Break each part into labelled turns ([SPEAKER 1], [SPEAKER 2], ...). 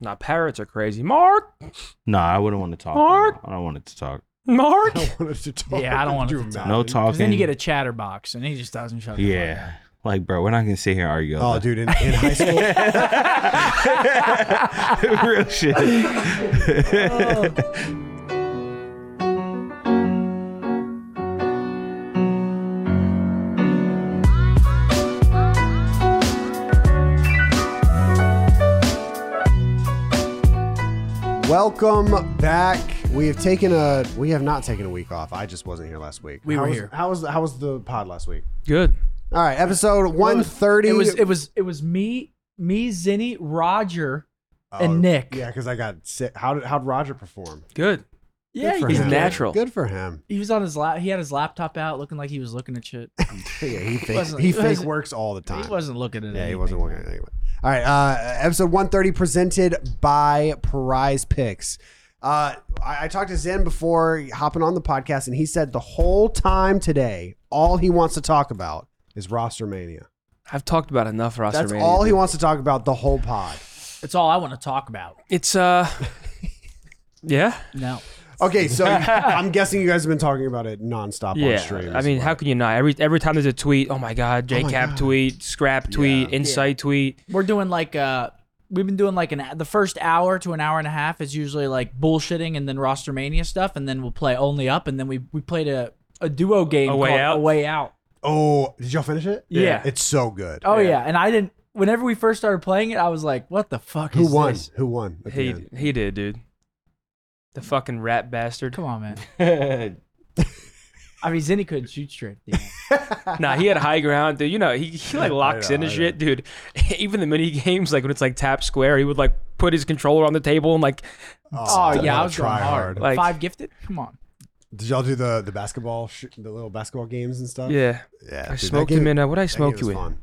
[SPEAKER 1] Now parrots are crazy. Mark,
[SPEAKER 2] No, I wouldn't want to talk.
[SPEAKER 1] Mark?
[SPEAKER 2] I don't want it to talk.
[SPEAKER 1] Mark.
[SPEAKER 3] I wanted to talk.
[SPEAKER 4] Yeah, I don't want
[SPEAKER 3] Could
[SPEAKER 4] it
[SPEAKER 3] you
[SPEAKER 4] to talk.
[SPEAKER 2] No
[SPEAKER 3] imagine?
[SPEAKER 2] talking.
[SPEAKER 4] Because then you get a chatterbox, and he just doesn't shut. the fuck
[SPEAKER 2] Yeah. Like, bro, we're not gonna sit here and argue.
[SPEAKER 3] Oh,
[SPEAKER 2] over
[SPEAKER 3] dude, in, in high school,
[SPEAKER 2] Real shit.
[SPEAKER 3] welcome back. We have taken a. We have not taken a week off. I just wasn't here last week.
[SPEAKER 4] We
[SPEAKER 3] how
[SPEAKER 4] were
[SPEAKER 3] was,
[SPEAKER 4] here.
[SPEAKER 3] How was how was the pod last week?
[SPEAKER 1] Good.
[SPEAKER 3] All right, episode one thirty.
[SPEAKER 4] It was it was it was me, me, Zinni, Roger, and Nick.
[SPEAKER 3] Oh, Yeah, because I got sick. How did how did Roger perform?
[SPEAKER 1] Good.
[SPEAKER 4] yeah.
[SPEAKER 3] for
[SPEAKER 4] he,
[SPEAKER 1] He's
[SPEAKER 3] him.
[SPEAKER 1] natural.
[SPEAKER 3] Good for him.
[SPEAKER 4] he was on his lap. He had his laptop out, looking like he was looking at shit.
[SPEAKER 3] Yeah, he fake,
[SPEAKER 4] wasn't-
[SPEAKER 3] he
[SPEAKER 4] he
[SPEAKER 3] fake
[SPEAKER 4] wasn't-
[SPEAKER 3] works all the time.
[SPEAKER 4] He wasn't looking at.
[SPEAKER 3] Yeah, he
[SPEAKER 4] anything.
[SPEAKER 3] wasn't working anyway. All right, uh, episode one thirty presented by Prize Picks. Uh, I, I talked to Zen before hopping on the podcast, and he said the whole time today, all he wants to talk about is roster mania.
[SPEAKER 1] I've talked about enough roster.
[SPEAKER 3] That's all he wants to talk about the whole pod.
[SPEAKER 4] It's all I want to talk about.
[SPEAKER 1] It's uh. yeah.
[SPEAKER 4] No,
[SPEAKER 3] Okay, so I'm guessing you guys have been talking about it nonstop on stream.
[SPEAKER 1] Yeah. I mean, how can you not? Every every time there's a tweet, oh my god,
[SPEAKER 3] my
[SPEAKER 1] JCap
[SPEAKER 3] God.
[SPEAKER 1] tweet, Scrap tweet,
[SPEAKER 3] Yeah.
[SPEAKER 1] Insight tweet.
[SPEAKER 4] we're doing like uh, we've been doing like an the first hour to an hour and a half is usually like bullshitting and then roster mania stuff, and then we'll play only up, and then we we played a a duo game
[SPEAKER 1] A Way
[SPEAKER 4] called
[SPEAKER 1] Out?
[SPEAKER 4] A way out.
[SPEAKER 3] Oh, did y'all finish it?
[SPEAKER 4] Yeah. Yeah.
[SPEAKER 3] it's so good.
[SPEAKER 4] Oh yeah. and I didn't. Whenever we first started playing it, I was like, "What the fuck
[SPEAKER 3] who
[SPEAKER 4] is
[SPEAKER 3] won?
[SPEAKER 4] this?"
[SPEAKER 3] Who won? at the
[SPEAKER 1] He
[SPEAKER 3] end?
[SPEAKER 1] he did, dude. The fucking rat bastard.
[SPEAKER 4] Come on, man.
[SPEAKER 2] yeah,
[SPEAKER 4] I mean, Zinni couldn't shoot straight. at the end.
[SPEAKER 1] Nah, he had high ground, dude. You know, he, he like locks
[SPEAKER 3] know,
[SPEAKER 1] into
[SPEAKER 3] I know.
[SPEAKER 1] shit, dude. Even the mini games, like when it's like tap square, he would like put his controller on the table and like
[SPEAKER 4] Oh, yeah,
[SPEAKER 3] what
[SPEAKER 4] I
[SPEAKER 3] a
[SPEAKER 4] was going hard.
[SPEAKER 1] Like-
[SPEAKER 4] Five gifted. Come on.
[SPEAKER 3] Did y'all do the the basketball, sh- the little basketball games and stuff?
[SPEAKER 1] yeah.
[SPEAKER 3] yeah.
[SPEAKER 1] I smoked him in. Uh, what I smoke you in?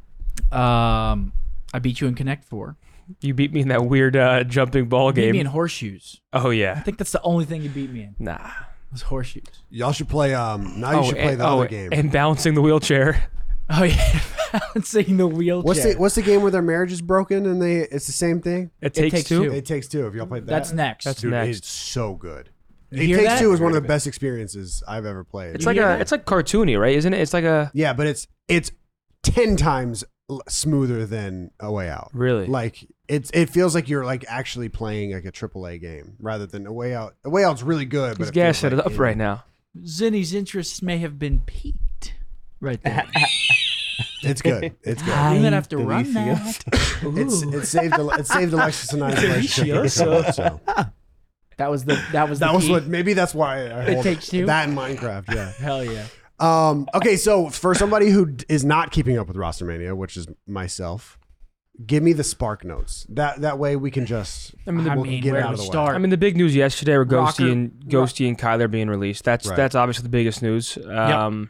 [SPEAKER 4] Um, I beat you in Connect Four.
[SPEAKER 1] You beat me in that weird uh, jumping ball
[SPEAKER 4] Beat
[SPEAKER 1] game.
[SPEAKER 4] me in horseshoes.
[SPEAKER 1] oh
[SPEAKER 4] I
[SPEAKER 1] yeah.
[SPEAKER 4] think that's the only thing you beat me in
[SPEAKER 1] Nah.
[SPEAKER 4] was horseshoes.
[SPEAKER 3] Y'all should play. Um, now you should play
[SPEAKER 1] and,
[SPEAKER 3] the
[SPEAKER 1] oh,
[SPEAKER 3] other game.
[SPEAKER 1] And balancing the wheelchair.
[SPEAKER 4] Oh yeah, balancing the wheelchair.
[SPEAKER 3] what's the What's the game where their marriage is broken and they it's the same thing?
[SPEAKER 1] It takes,
[SPEAKER 4] takes
[SPEAKER 1] two.
[SPEAKER 4] two.
[SPEAKER 3] It takes two. If y'all played that,
[SPEAKER 4] That's next.
[SPEAKER 1] That's-
[SPEAKER 3] dude,
[SPEAKER 1] next.
[SPEAKER 3] it's so good.
[SPEAKER 4] You
[SPEAKER 3] it
[SPEAKER 4] hear
[SPEAKER 3] takes
[SPEAKER 4] that?
[SPEAKER 3] two is one of the best experiences I've ever played.
[SPEAKER 1] It's like a it's like cartoony, right? Isn't it? It's like a
[SPEAKER 3] yeah, but it's it's ten times l- smoother than A Way Out.
[SPEAKER 1] really
[SPEAKER 3] Like it's it feels like you're like actually playing like a AAA game rather than A Way Out. A Way Out's really good, but
[SPEAKER 1] He's
[SPEAKER 3] it feels
[SPEAKER 1] gassing
[SPEAKER 3] like
[SPEAKER 1] it up
[SPEAKER 3] in-
[SPEAKER 1] right now.
[SPEAKER 4] Zinni's interests may have been piqued. Right there.
[SPEAKER 3] It's good. It's good.
[SPEAKER 4] I'm gonna have to
[SPEAKER 2] Delicious.
[SPEAKER 4] run that.
[SPEAKER 3] It's,
[SPEAKER 4] Ooh.
[SPEAKER 3] it saved it saved Alexis and I's relationship. So.
[SPEAKER 4] that was the that was the
[SPEAKER 3] That was
[SPEAKER 4] key.
[SPEAKER 3] what maybe that's why I hold
[SPEAKER 4] takes two.
[SPEAKER 3] that in Minecraft. Yeah.
[SPEAKER 4] Hell yeah.
[SPEAKER 3] Um, okay, so for somebody who d- is not keeping up with roster mania, which is myself, give me the spark notes. That that way we can just
[SPEAKER 1] I mean, the,
[SPEAKER 4] I
[SPEAKER 3] we'll
[SPEAKER 4] mean,
[SPEAKER 3] get it
[SPEAKER 4] where
[SPEAKER 3] out of
[SPEAKER 4] do we
[SPEAKER 3] the way.
[SPEAKER 4] start?
[SPEAKER 1] I mean, the big news yesterday were Ghosty
[SPEAKER 4] Rocker-
[SPEAKER 1] and Ghosty and Kyler being released. That's
[SPEAKER 3] Right.
[SPEAKER 1] that's obviously the biggest news. Um,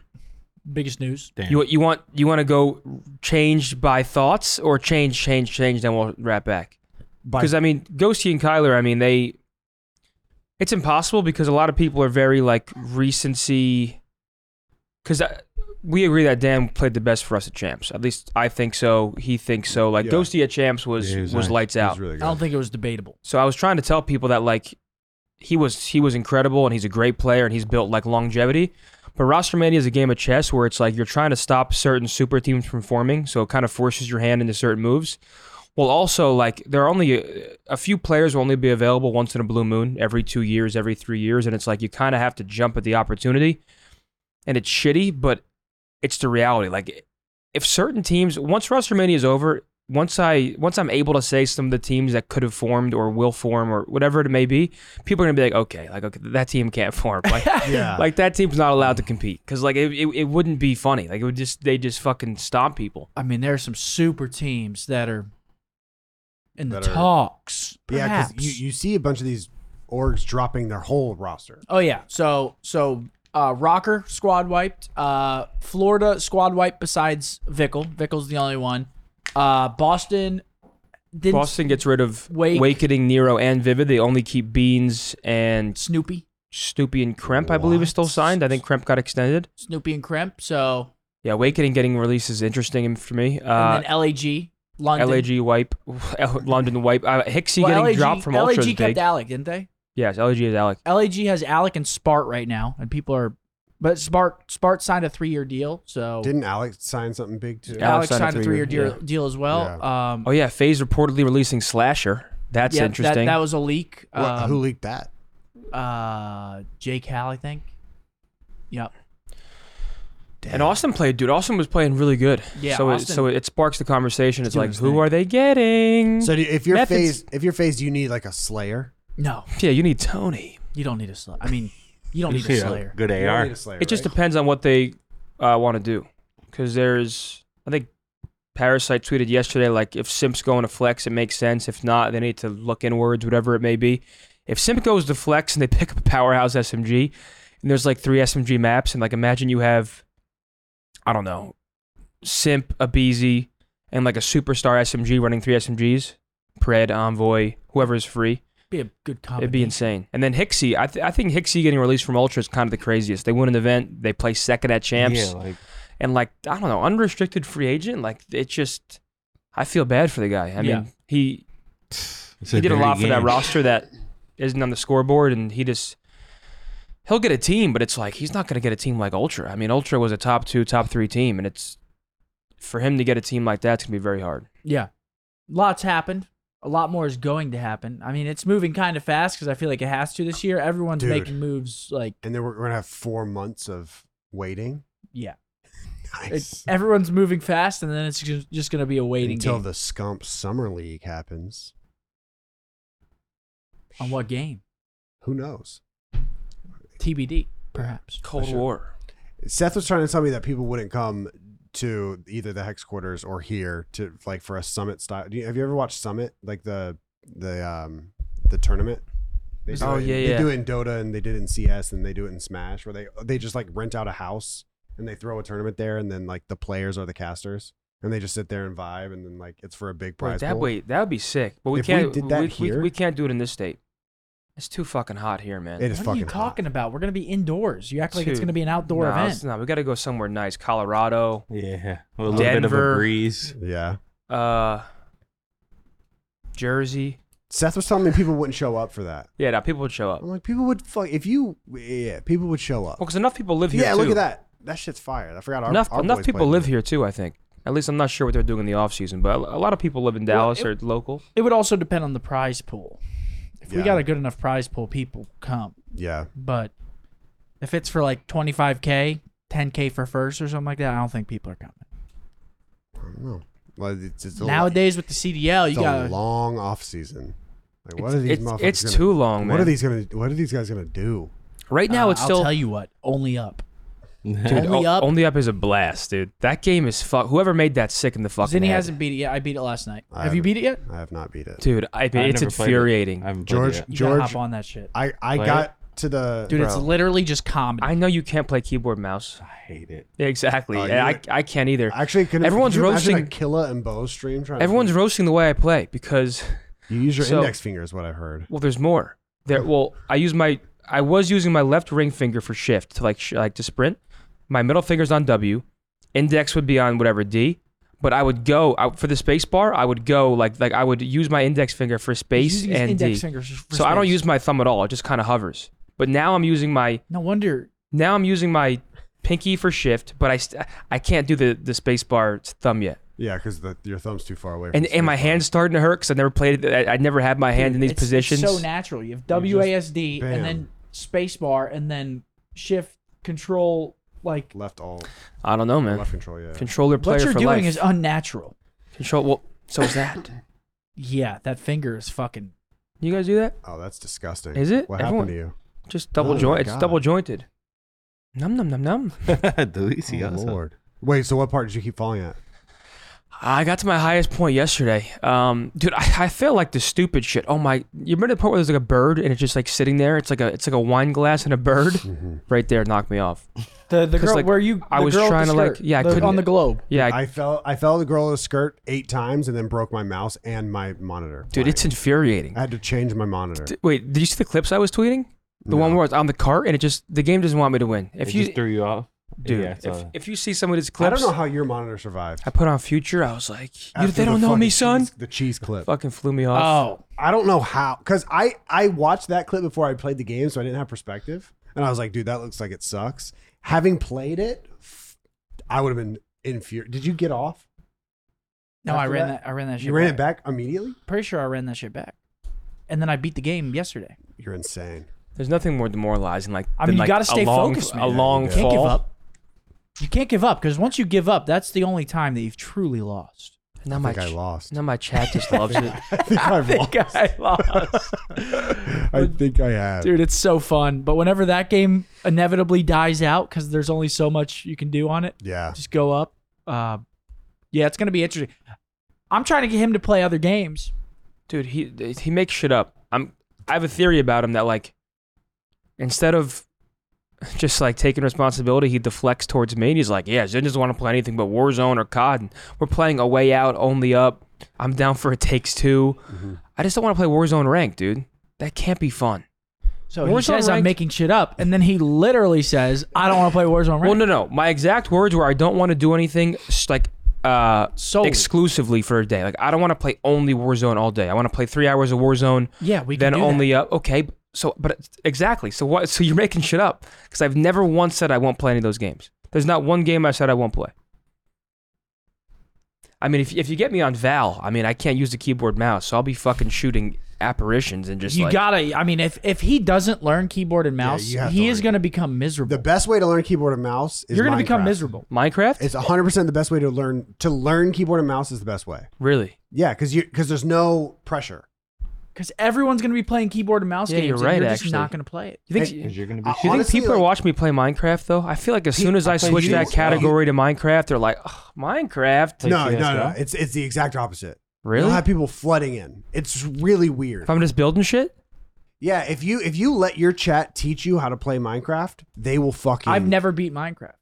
[SPEAKER 4] Biggest news.
[SPEAKER 1] You you want you want to go changed by thoughts or change change change? Then we'll wrap back.
[SPEAKER 3] By-
[SPEAKER 1] Because I mean, Ghosty and Kyler. I mean, they. It's impossible because a lot of people are very like recency. Because we agree that Dan played the best for us at Champs. At least I think so. He thinks so. Like
[SPEAKER 3] Yeah.
[SPEAKER 1] Ghosty at Champs was
[SPEAKER 2] Yeah, he
[SPEAKER 1] was,
[SPEAKER 2] was nice.
[SPEAKER 1] lights
[SPEAKER 3] It
[SPEAKER 1] out.
[SPEAKER 3] was really
[SPEAKER 4] I
[SPEAKER 3] good.
[SPEAKER 4] don't think it was debatable.
[SPEAKER 1] So I was trying to tell people that like he was he was incredible and he's a great player and he's built like longevity. But roster mania is a game of chess where it's like you're trying to stop certain super teams from forming, so it kind of forces your hand into certain moves. Well, also like there are only a, a few players will only be available once in a blue moon, every two years, every three years, and it's like you kind of have to jump at the opportunity. And it's shitty, but it's the reality. Like if certain teams once roster mania is over, once I once I'm able to say some of the teams that could have formed or will form or whatever it may be, people are gonna be like, okay, like okay, that team can't form, like
[SPEAKER 3] yeah.
[SPEAKER 1] like that team's not allowed to compete because like it, it, it wouldn't be funny, like it would just they just fucking stomp people.
[SPEAKER 4] I mean, there are some super teams that are in the
[SPEAKER 3] That are-
[SPEAKER 4] talks.
[SPEAKER 3] yeah,
[SPEAKER 4] Perhaps.
[SPEAKER 3] because you, you see a bunch of these orgs dropping their whole roster.
[SPEAKER 4] oh yeah. So so uh, Rocker squad wiped. Uh, Florida squad wiped. Besides Vickle, Vickle's the only one. Uh, Boston didn't.
[SPEAKER 1] Boston gets rid of
[SPEAKER 4] Wake.
[SPEAKER 1] Wakening, Nero, and Vivid. They only keep Beans and
[SPEAKER 4] Snoopy,
[SPEAKER 1] Snoopy and Kremp. I believe is still
[SPEAKER 3] What?
[SPEAKER 1] signed. I think Kremp got extended.
[SPEAKER 4] Snoopy and Kremp. So
[SPEAKER 1] Yeah, Wakening getting released is interesting for me. Uh,
[SPEAKER 4] and then LAG London.
[SPEAKER 1] LAG wipe, London wipe. Uh, Hicksy
[SPEAKER 4] Well,
[SPEAKER 1] getting
[SPEAKER 4] LAG
[SPEAKER 1] dropped from
[SPEAKER 4] LAG
[SPEAKER 1] Ultra is
[SPEAKER 4] kept
[SPEAKER 1] big.
[SPEAKER 4] Alec, didn't they?
[SPEAKER 1] Yes, LAG is Alec.
[SPEAKER 4] LAG has Alec and Spart right now, and people are. But Spart Spart signed a three year deal, so
[SPEAKER 3] Didn't Alex sign something big too?
[SPEAKER 1] Yeah.
[SPEAKER 4] Alec
[SPEAKER 1] Alex
[SPEAKER 4] signed a three year deal,
[SPEAKER 1] yeah.
[SPEAKER 4] deal as well. Um,
[SPEAKER 1] Oh yeah, Phase reportedly releasing Slasher. That's
[SPEAKER 4] yeah, that-
[SPEAKER 1] interesting.
[SPEAKER 4] That, was a leak.
[SPEAKER 3] Wha-
[SPEAKER 4] Um,
[SPEAKER 3] who leaked that?
[SPEAKER 4] uh, Jake Hal, I think. Yep.
[SPEAKER 1] and Austin played, dude. Austin was playing really good.
[SPEAKER 4] Yeah,
[SPEAKER 1] So it,
[SPEAKER 4] Austin-
[SPEAKER 1] so it sparks the conversation. It's
[SPEAKER 4] doing
[SPEAKER 1] like,
[SPEAKER 4] his
[SPEAKER 1] who
[SPEAKER 4] thing.
[SPEAKER 1] are they getting?
[SPEAKER 3] So do, if you're
[SPEAKER 1] Methods-
[SPEAKER 3] phased, if you're phased, you need like a Slayer.
[SPEAKER 4] No,
[SPEAKER 1] yeah, you need Tony.
[SPEAKER 4] you don't need a slayer. I mean, you don't need
[SPEAKER 2] Yeah,
[SPEAKER 4] a slayer.
[SPEAKER 2] Good
[SPEAKER 3] You don't
[SPEAKER 2] AR.
[SPEAKER 3] need a Slayer.
[SPEAKER 1] It just
[SPEAKER 3] right?
[SPEAKER 1] depends on what they uh, want to do. Because there's, I think Parasite tweeted yesterday, like, if Simp's going to flex, it makes sense. If not, they need to look inwards, whatever it may be. If Simp goes to flex and they pick up a powerhouse SMG, and there's like three SMG maps, and like, imagine you have, I don't know, Simp, a BZ, and like a superstar SMG running three SMGs, Pred, Envoy, whoever's free.
[SPEAKER 4] Be a good
[SPEAKER 1] It'd be
[SPEAKER 4] combination.
[SPEAKER 1] insane. And then Hixie, I, th- I think Hixie getting released from Ultra is kind of the craziest. They win an event, they play second at champs,
[SPEAKER 2] Yeah, like
[SPEAKER 1] and like I don't know, unrestricted free agent. Like it just, I feel bad for the guy. I
[SPEAKER 4] Yeah.
[SPEAKER 1] mean, he
[SPEAKER 2] it's
[SPEAKER 1] he did a
[SPEAKER 2] dirty
[SPEAKER 1] lot for that
[SPEAKER 2] game.
[SPEAKER 1] roster that isn't on the scoreboard, and he just he'll get a team, but it's like he's not going to get a team like Ultra. I mean, Ultra was a top two, top three team, and it's for him to get a team like that's gonna be very hard.
[SPEAKER 4] Yeah. Lots happened. A lot more is going to happen. I mean, it's moving kind of fast because I feel like it has to this year. Everyone's
[SPEAKER 3] Dude.
[SPEAKER 4] making moves. Like,
[SPEAKER 3] And then we're we're gonna have four months of waiting.
[SPEAKER 4] yeah,
[SPEAKER 3] Nice.
[SPEAKER 4] It- everyone's moving fast, and then it's ju- just going to be a waiting
[SPEAKER 3] Until
[SPEAKER 4] game.
[SPEAKER 3] the Scump Summer League happens.
[SPEAKER 4] on what game?
[SPEAKER 3] Who knows?
[SPEAKER 4] TBD, perhaps.
[SPEAKER 1] Cold
[SPEAKER 3] sure.
[SPEAKER 1] War.
[SPEAKER 3] Seth was trying to tell me that people wouldn't come to either the hex quarters or here to like for a summit style. Do you, have you ever watched Summit? Like the the um the tournament. They do
[SPEAKER 1] Oh,
[SPEAKER 3] it-
[SPEAKER 1] yeah,
[SPEAKER 3] they
[SPEAKER 1] yeah.
[SPEAKER 3] do it in Dota and they did it in CS and they do it in Smash where they they just like rent out a house and they throw a tournament there and then like the players are the casters and they just sit there and vibe and then like it's for a big
[SPEAKER 1] Wait,
[SPEAKER 3] prize.
[SPEAKER 1] that
[SPEAKER 3] pool.
[SPEAKER 1] way that would be sick. But we
[SPEAKER 3] If we
[SPEAKER 1] can't.
[SPEAKER 3] did that
[SPEAKER 1] we, we-
[SPEAKER 3] here-
[SPEAKER 1] we can't do it in this state. It's too fucking hot here, man.
[SPEAKER 3] it is
[SPEAKER 4] What are
[SPEAKER 3] fucking
[SPEAKER 4] you talking
[SPEAKER 3] hot.
[SPEAKER 4] about? We're going to be indoors. You act like it's
[SPEAKER 1] Dude,
[SPEAKER 4] going to be an outdoor
[SPEAKER 1] no,
[SPEAKER 4] event.
[SPEAKER 1] It's not. We got to go somewhere nice. Colorado.
[SPEAKER 2] Yeah, a little bit of a
[SPEAKER 1] Denver.
[SPEAKER 2] breeze.
[SPEAKER 3] Yeah.
[SPEAKER 1] Uh, Jersey.
[SPEAKER 3] Seth was telling me people wouldn't show up for that.
[SPEAKER 1] Yeah, now people would show up.
[SPEAKER 3] I'm
[SPEAKER 1] Well,
[SPEAKER 3] like people would fuck if you yeah, people would show up.
[SPEAKER 1] because enough people live here.
[SPEAKER 3] Yeah, look
[SPEAKER 1] too.
[SPEAKER 3] at that. That shit's fire. I forgot our
[SPEAKER 1] Enough
[SPEAKER 3] our
[SPEAKER 1] enough
[SPEAKER 3] boys
[SPEAKER 1] people
[SPEAKER 3] played
[SPEAKER 1] live
[SPEAKER 3] there.
[SPEAKER 1] here too. I think. At least I'm not sure what they're doing in the off season, but a a lot of people live in Dallas
[SPEAKER 4] it-
[SPEAKER 1] or local.
[SPEAKER 4] It would also depend on the prize pool. If we
[SPEAKER 3] Yeah.
[SPEAKER 4] got a good enough prize pool, people come.
[SPEAKER 3] Yeah.
[SPEAKER 4] But if it's for like 25K, 10K for first or something like that, I don't think people are coming.
[SPEAKER 3] I don't know. Like, it's, it's a,
[SPEAKER 4] Nowadays with the CDL, you
[SPEAKER 3] it's a
[SPEAKER 4] got to
[SPEAKER 3] long off season. Like what
[SPEAKER 1] It's-
[SPEAKER 3] are these
[SPEAKER 1] it's-
[SPEAKER 3] motherfuckers
[SPEAKER 1] it's
[SPEAKER 3] gonna-
[SPEAKER 1] too long,
[SPEAKER 3] What
[SPEAKER 1] man.
[SPEAKER 3] are these gonna? What are these guys gonna do?
[SPEAKER 1] Right now, it's
[SPEAKER 4] I'll
[SPEAKER 1] still
[SPEAKER 4] tell you what, only up.
[SPEAKER 1] Dude,
[SPEAKER 4] Only
[SPEAKER 1] o-
[SPEAKER 4] Up.
[SPEAKER 1] Only up is a blast, dude. That game is fuck. Whoever made that sick in the fucking.
[SPEAKER 4] Zinni
[SPEAKER 1] head.
[SPEAKER 4] hasn't beat it yet. I beat it last night.
[SPEAKER 3] I
[SPEAKER 4] Have you
[SPEAKER 3] haven't.
[SPEAKER 4] beat it yet?
[SPEAKER 3] I have not beat it.
[SPEAKER 1] Dude, I,
[SPEAKER 2] I've
[SPEAKER 1] it's
[SPEAKER 2] never played it.
[SPEAKER 1] infuriating.
[SPEAKER 2] I haven't played it
[SPEAKER 3] George,
[SPEAKER 2] yet.
[SPEAKER 4] You gotta
[SPEAKER 3] George,
[SPEAKER 4] hop on that shit.
[SPEAKER 3] I I
[SPEAKER 2] Play
[SPEAKER 3] got to the.
[SPEAKER 4] Dude, it's
[SPEAKER 1] bro.
[SPEAKER 4] literally just comedy.
[SPEAKER 1] I know you can't play keyboard mouse.
[SPEAKER 2] I hate it.
[SPEAKER 1] Yeah, exactly.
[SPEAKER 3] Oh,
[SPEAKER 1] And I,
[SPEAKER 3] you-
[SPEAKER 1] I can't either.
[SPEAKER 3] actually, can,
[SPEAKER 1] everyone's
[SPEAKER 3] could you imagine
[SPEAKER 1] roasting-
[SPEAKER 3] a Killa and Bo stream. Trying to-
[SPEAKER 1] Everyone's roasting the way I play because
[SPEAKER 3] you use your
[SPEAKER 1] so-
[SPEAKER 3] index finger is what I heard.
[SPEAKER 1] well, there's more. There, well, I use my I was using my left ring finger for shift to like sh- like to sprint. My middle finger's on W, index would be on whatever D. But I would go out for the space bar. I would go like like I would use my index finger for
[SPEAKER 4] He's
[SPEAKER 1] space
[SPEAKER 4] using his
[SPEAKER 1] and D.
[SPEAKER 4] index fingers for
[SPEAKER 1] so I don't
[SPEAKER 4] space.
[SPEAKER 1] use my thumb at all. It just kind of hovers. But now I'm using my
[SPEAKER 4] No wonder.
[SPEAKER 1] now I'm using my pinky for shift, but I st- I can't do the the space bar thumb yet.
[SPEAKER 3] Yeah, because your thumb's too far away. From
[SPEAKER 1] and
[SPEAKER 3] the
[SPEAKER 1] and my
[SPEAKER 3] space bar.
[SPEAKER 1] hand's starting to hurt because I never played. it. I, I never had my hand in these
[SPEAKER 4] It's- it's
[SPEAKER 1] positions.
[SPEAKER 4] so natural. You have WASD
[SPEAKER 3] bam.
[SPEAKER 4] and then spacebar and then shift control. Like
[SPEAKER 3] left all
[SPEAKER 1] I don't know, man.
[SPEAKER 3] left control. Yeah.
[SPEAKER 1] Controller player
[SPEAKER 4] what you're
[SPEAKER 1] for
[SPEAKER 4] doing
[SPEAKER 1] life.
[SPEAKER 4] is uh, unnatural.
[SPEAKER 1] Control. Well, so is that.
[SPEAKER 4] Yeah, that finger is fucking.
[SPEAKER 1] you guys do that?
[SPEAKER 3] Oh, that's disgusting.
[SPEAKER 1] Is it?
[SPEAKER 3] What
[SPEAKER 1] Everyone-
[SPEAKER 3] happened to you?
[SPEAKER 1] Just double
[SPEAKER 3] Oh my
[SPEAKER 1] joint. It's
[SPEAKER 3] God.
[SPEAKER 1] double jointed. Num num num num.
[SPEAKER 2] Delisi
[SPEAKER 3] oh,
[SPEAKER 2] also.
[SPEAKER 3] Lord. Wait. So what part did you keep falling at?
[SPEAKER 1] I got to my highest point yesterday. Um, dude, I, I feel like the stupid shit. Oh my! You remember the part where there's like a bird and it's just like sitting there? It's like a it's like a wine glass and a bird.
[SPEAKER 4] Mm-hmm.
[SPEAKER 1] Right there, knocked me off.
[SPEAKER 4] The the
[SPEAKER 1] 'Cause,
[SPEAKER 4] girl
[SPEAKER 1] like,
[SPEAKER 4] where you
[SPEAKER 1] I
[SPEAKER 4] the
[SPEAKER 1] was
[SPEAKER 4] girl with
[SPEAKER 1] trying
[SPEAKER 4] the
[SPEAKER 1] to, like-
[SPEAKER 4] skirt,
[SPEAKER 1] yeah, I
[SPEAKER 4] the-
[SPEAKER 1] couldn't-
[SPEAKER 4] on the globe.
[SPEAKER 1] Yeah, I,
[SPEAKER 3] I fell I fell the girl in the skirt eight times and then broke my mouse and my monitor.
[SPEAKER 1] dude,
[SPEAKER 3] playing.
[SPEAKER 1] it's infuriating.
[SPEAKER 3] I had to change my monitor.
[SPEAKER 1] D- Wait, did you see the clips I was tweeting? The one where I was on the cart and it just the game doesn't want me to win. If
[SPEAKER 2] It
[SPEAKER 1] you
[SPEAKER 2] just threw you off.
[SPEAKER 1] dude.
[SPEAKER 2] Yeah, it's
[SPEAKER 1] if,
[SPEAKER 2] all-
[SPEAKER 1] if you see some of his
[SPEAKER 3] I
[SPEAKER 1] clips,
[SPEAKER 3] don't know how your monitor survived.
[SPEAKER 1] I put on Future. I was like, you,
[SPEAKER 3] After
[SPEAKER 1] they don't
[SPEAKER 3] the
[SPEAKER 1] know me,
[SPEAKER 3] fucking
[SPEAKER 1] son.
[SPEAKER 3] cheese- the cheese clip.
[SPEAKER 1] Fucking flew me off.
[SPEAKER 4] Oh,
[SPEAKER 3] I don't know how, because I I watched that clip before I played the game, so I didn't have perspective, and I was like, dude, that looks like it sucks. Having played it, f- I would have been infuriated. Did you get off?
[SPEAKER 4] no, I
[SPEAKER 3] After
[SPEAKER 4] ran
[SPEAKER 3] that-
[SPEAKER 4] that. I ran that shit.
[SPEAKER 3] You ran it back immediately.
[SPEAKER 4] Pretty sure I ran that shit back. And then I beat the game yesterday.
[SPEAKER 3] You're insane.
[SPEAKER 1] There's nothing more demoralizing like
[SPEAKER 4] I
[SPEAKER 1] than
[SPEAKER 4] mean, you
[SPEAKER 1] like
[SPEAKER 4] gotta stay
[SPEAKER 1] a long,
[SPEAKER 4] focused, man.
[SPEAKER 1] a long
[SPEAKER 4] You can't
[SPEAKER 1] fall.
[SPEAKER 4] give up. You can't give up because once you give up, that's the only time that you've truly lost.
[SPEAKER 1] Now
[SPEAKER 3] I
[SPEAKER 1] my,
[SPEAKER 3] think I
[SPEAKER 1] ch-
[SPEAKER 3] lost.
[SPEAKER 1] now my chat just loves it.
[SPEAKER 3] I think I've lost.
[SPEAKER 4] I lost.
[SPEAKER 3] I think I have.
[SPEAKER 4] Dude, it's so fun. But whenever that game inevitably dies out because there's only so much you can do on it,
[SPEAKER 3] Yeah.
[SPEAKER 4] just go up. Uh, yeah, it's gonna be interesting. I'm trying to get him to play other games.
[SPEAKER 1] Dude, he he makes shit up. I'm I have a theory about him that like instead of just like taking responsibility, he deflects towards me and he's like, Yeah, Zen doesn't want to play anything but Warzone or COD. And we're playing a way out, only up. I'm down for it takes 2 I just don't want to play Warzone rank, dude. That can't be fun.
[SPEAKER 4] So he
[SPEAKER 1] Warzone
[SPEAKER 4] says I'm
[SPEAKER 1] ranked-
[SPEAKER 4] making shit up, and then he literally says, "I don't want to play Warzone." Ranked.
[SPEAKER 1] Well, no, no. My exact words were I don't want to do anything s- like uh
[SPEAKER 4] Solely.
[SPEAKER 1] exclusively for a day. Like I don't want to play only Warzone all day. I want to play three hours of Warzone.
[SPEAKER 4] Yeah, we can
[SPEAKER 1] then
[SPEAKER 4] do that.
[SPEAKER 1] only up. Okay, b- so but it's- exactly. So what? So you're making shit up because I've never once said I won't play any of those games. There's not one game I said I won't play. I mean, if if you get me on Val, I mean, I can't use the keyboard mouse, so I'll be fucking shooting apparitions and just
[SPEAKER 4] you
[SPEAKER 1] like
[SPEAKER 4] gotta. I mean, if if he doesn't learn keyboard and mouse,
[SPEAKER 3] you have to
[SPEAKER 4] he is
[SPEAKER 3] learn.
[SPEAKER 4] gonna become miserable.
[SPEAKER 3] The best way to learn keyboard and mouse is
[SPEAKER 4] You're gonna become
[SPEAKER 3] Minecraft.
[SPEAKER 4] miserable.
[SPEAKER 1] Minecraft.
[SPEAKER 3] It's 100 percent the best way to learn to learn keyboard and mouse is the best way.
[SPEAKER 1] really?
[SPEAKER 3] Yeah, because you because there's no pressure.
[SPEAKER 4] Because everyone's gonna be playing keyboard and mouse
[SPEAKER 1] Yeah,
[SPEAKER 4] games.
[SPEAKER 1] you're
[SPEAKER 4] and
[SPEAKER 1] right,
[SPEAKER 4] you're just
[SPEAKER 1] actually.
[SPEAKER 4] not gonna play it.
[SPEAKER 1] You think?
[SPEAKER 3] Hey,
[SPEAKER 1] you
[SPEAKER 2] Because you're gonna be.
[SPEAKER 3] I-
[SPEAKER 2] shooting.
[SPEAKER 1] think
[SPEAKER 3] honestly,
[SPEAKER 1] people are
[SPEAKER 3] like-
[SPEAKER 1] watching me play Minecraft though? I feel like as soon as I
[SPEAKER 2] I play
[SPEAKER 1] switch that
[SPEAKER 2] Gears now.
[SPEAKER 1] category to Minecraft, they're like, "Ugh, Minecraft.
[SPEAKER 2] Like
[SPEAKER 3] no, no,
[SPEAKER 2] CS:GO?
[SPEAKER 3] no. It's it's the exact opposite.
[SPEAKER 1] Really?
[SPEAKER 3] You'll have people flooding in. It's really weird.
[SPEAKER 1] If I'm just building shit,
[SPEAKER 3] Yeah, if you if you let your chat teach you how to play Minecraft, they will fucking.
[SPEAKER 4] I've never beat Minecraft.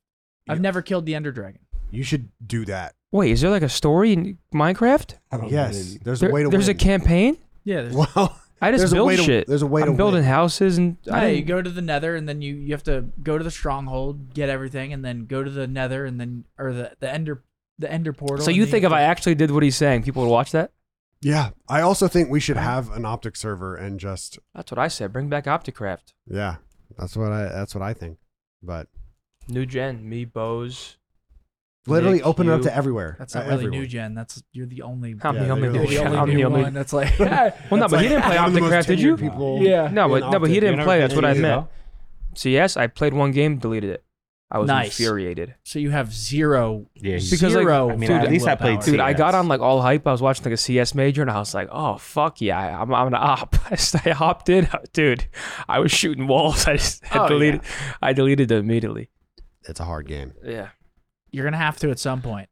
[SPEAKER 4] I've never killed the Ender Dragon.
[SPEAKER 3] You should do that.
[SPEAKER 1] Wait, is there like a story in Minecraft?
[SPEAKER 2] I don't
[SPEAKER 3] Yes,
[SPEAKER 2] know.
[SPEAKER 3] there's
[SPEAKER 1] There-
[SPEAKER 3] a way to.
[SPEAKER 1] there's a
[SPEAKER 3] win.
[SPEAKER 1] campaign.
[SPEAKER 4] Yeah, there's,
[SPEAKER 3] Well,
[SPEAKER 1] I just
[SPEAKER 3] there's a
[SPEAKER 1] build
[SPEAKER 3] way to,
[SPEAKER 1] shit.
[SPEAKER 3] There's a way
[SPEAKER 1] I'm
[SPEAKER 3] to
[SPEAKER 1] building
[SPEAKER 3] win.
[SPEAKER 1] houses and I
[SPEAKER 4] Yeah, you
[SPEAKER 1] didn't-
[SPEAKER 4] go to the Nether and then you you have to go to the stronghold, get everything, and then go to the Nether and then or the the Ender the Ender portal.
[SPEAKER 1] So
[SPEAKER 4] and
[SPEAKER 1] you
[SPEAKER 4] then
[SPEAKER 1] think if
[SPEAKER 4] have
[SPEAKER 1] I
[SPEAKER 4] to-
[SPEAKER 1] actually did what he's saying, people would watch that?
[SPEAKER 3] Yeah, I also think we should have an optic server and just
[SPEAKER 1] That's what I said. Bring back Opticraft,
[SPEAKER 3] yeah. That's what I that's what I think. But
[SPEAKER 1] new gen, me, Bose.
[SPEAKER 3] literally
[SPEAKER 1] Nick,
[SPEAKER 3] open it up
[SPEAKER 1] you-
[SPEAKER 3] to everywhere.
[SPEAKER 4] That's
[SPEAKER 3] Uh,
[SPEAKER 4] not really
[SPEAKER 3] everyone.
[SPEAKER 4] new gen. That's you're the only.
[SPEAKER 1] I'm
[SPEAKER 3] Yeah,
[SPEAKER 1] the only
[SPEAKER 3] they're
[SPEAKER 1] new
[SPEAKER 3] really
[SPEAKER 1] gen.
[SPEAKER 3] only
[SPEAKER 1] I'm the
[SPEAKER 3] new
[SPEAKER 1] only.
[SPEAKER 4] one. That's like yeah.
[SPEAKER 1] Well, no,
[SPEAKER 3] That's
[SPEAKER 1] but he
[SPEAKER 3] like
[SPEAKER 1] didn't play
[SPEAKER 3] one of the most
[SPEAKER 1] Opticraft, did you?
[SPEAKER 3] tenured People
[SPEAKER 4] Yeah.
[SPEAKER 1] No,
[SPEAKER 3] in
[SPEAKER 1] but no, but he
[SPEAKER 3] Optic.
[SPEAKER 1] didn't
[SPEAKER 2] never
[SPEAKER 1] play.
[SPEAKER 2] played
[SPEAKER 1] That's what I
[SPEAKER 2] any of
[SPEAKER 1] meant. So yes, I played one game, deleted it. I was
[SPEAKER 4] Nice.
[SPEAKER 1] infuriated,
[SPEAKER 4] So you have zero.
[SPEAKER 2] Yeah, you-
[SPEAKER 1] Because, like,
[SPEAKER 4] zero
[SPEAKER 1] I
[SPEAKER 2] mean, at least I played
[SPEAKER 4] willpower.
[SPEAKER 1] dude. I got
[SPEAKER 2] CS.
[SPEAKER 1] on like all hype. I was watching like a CS major, and I was like, "Oh fuck yeah, I, I'm I'm an op." I hopped in, dude. I was shooting walls. I just I
[SPEAKER 4] Oh, yeah.
[SPEAKER 1] deleted. I deleted it immediately.
[SPEAKER 3] It's a hard game.
[SPEAKER 1] Yeah,
[SPEAKER 4] You're gonna have to at some point.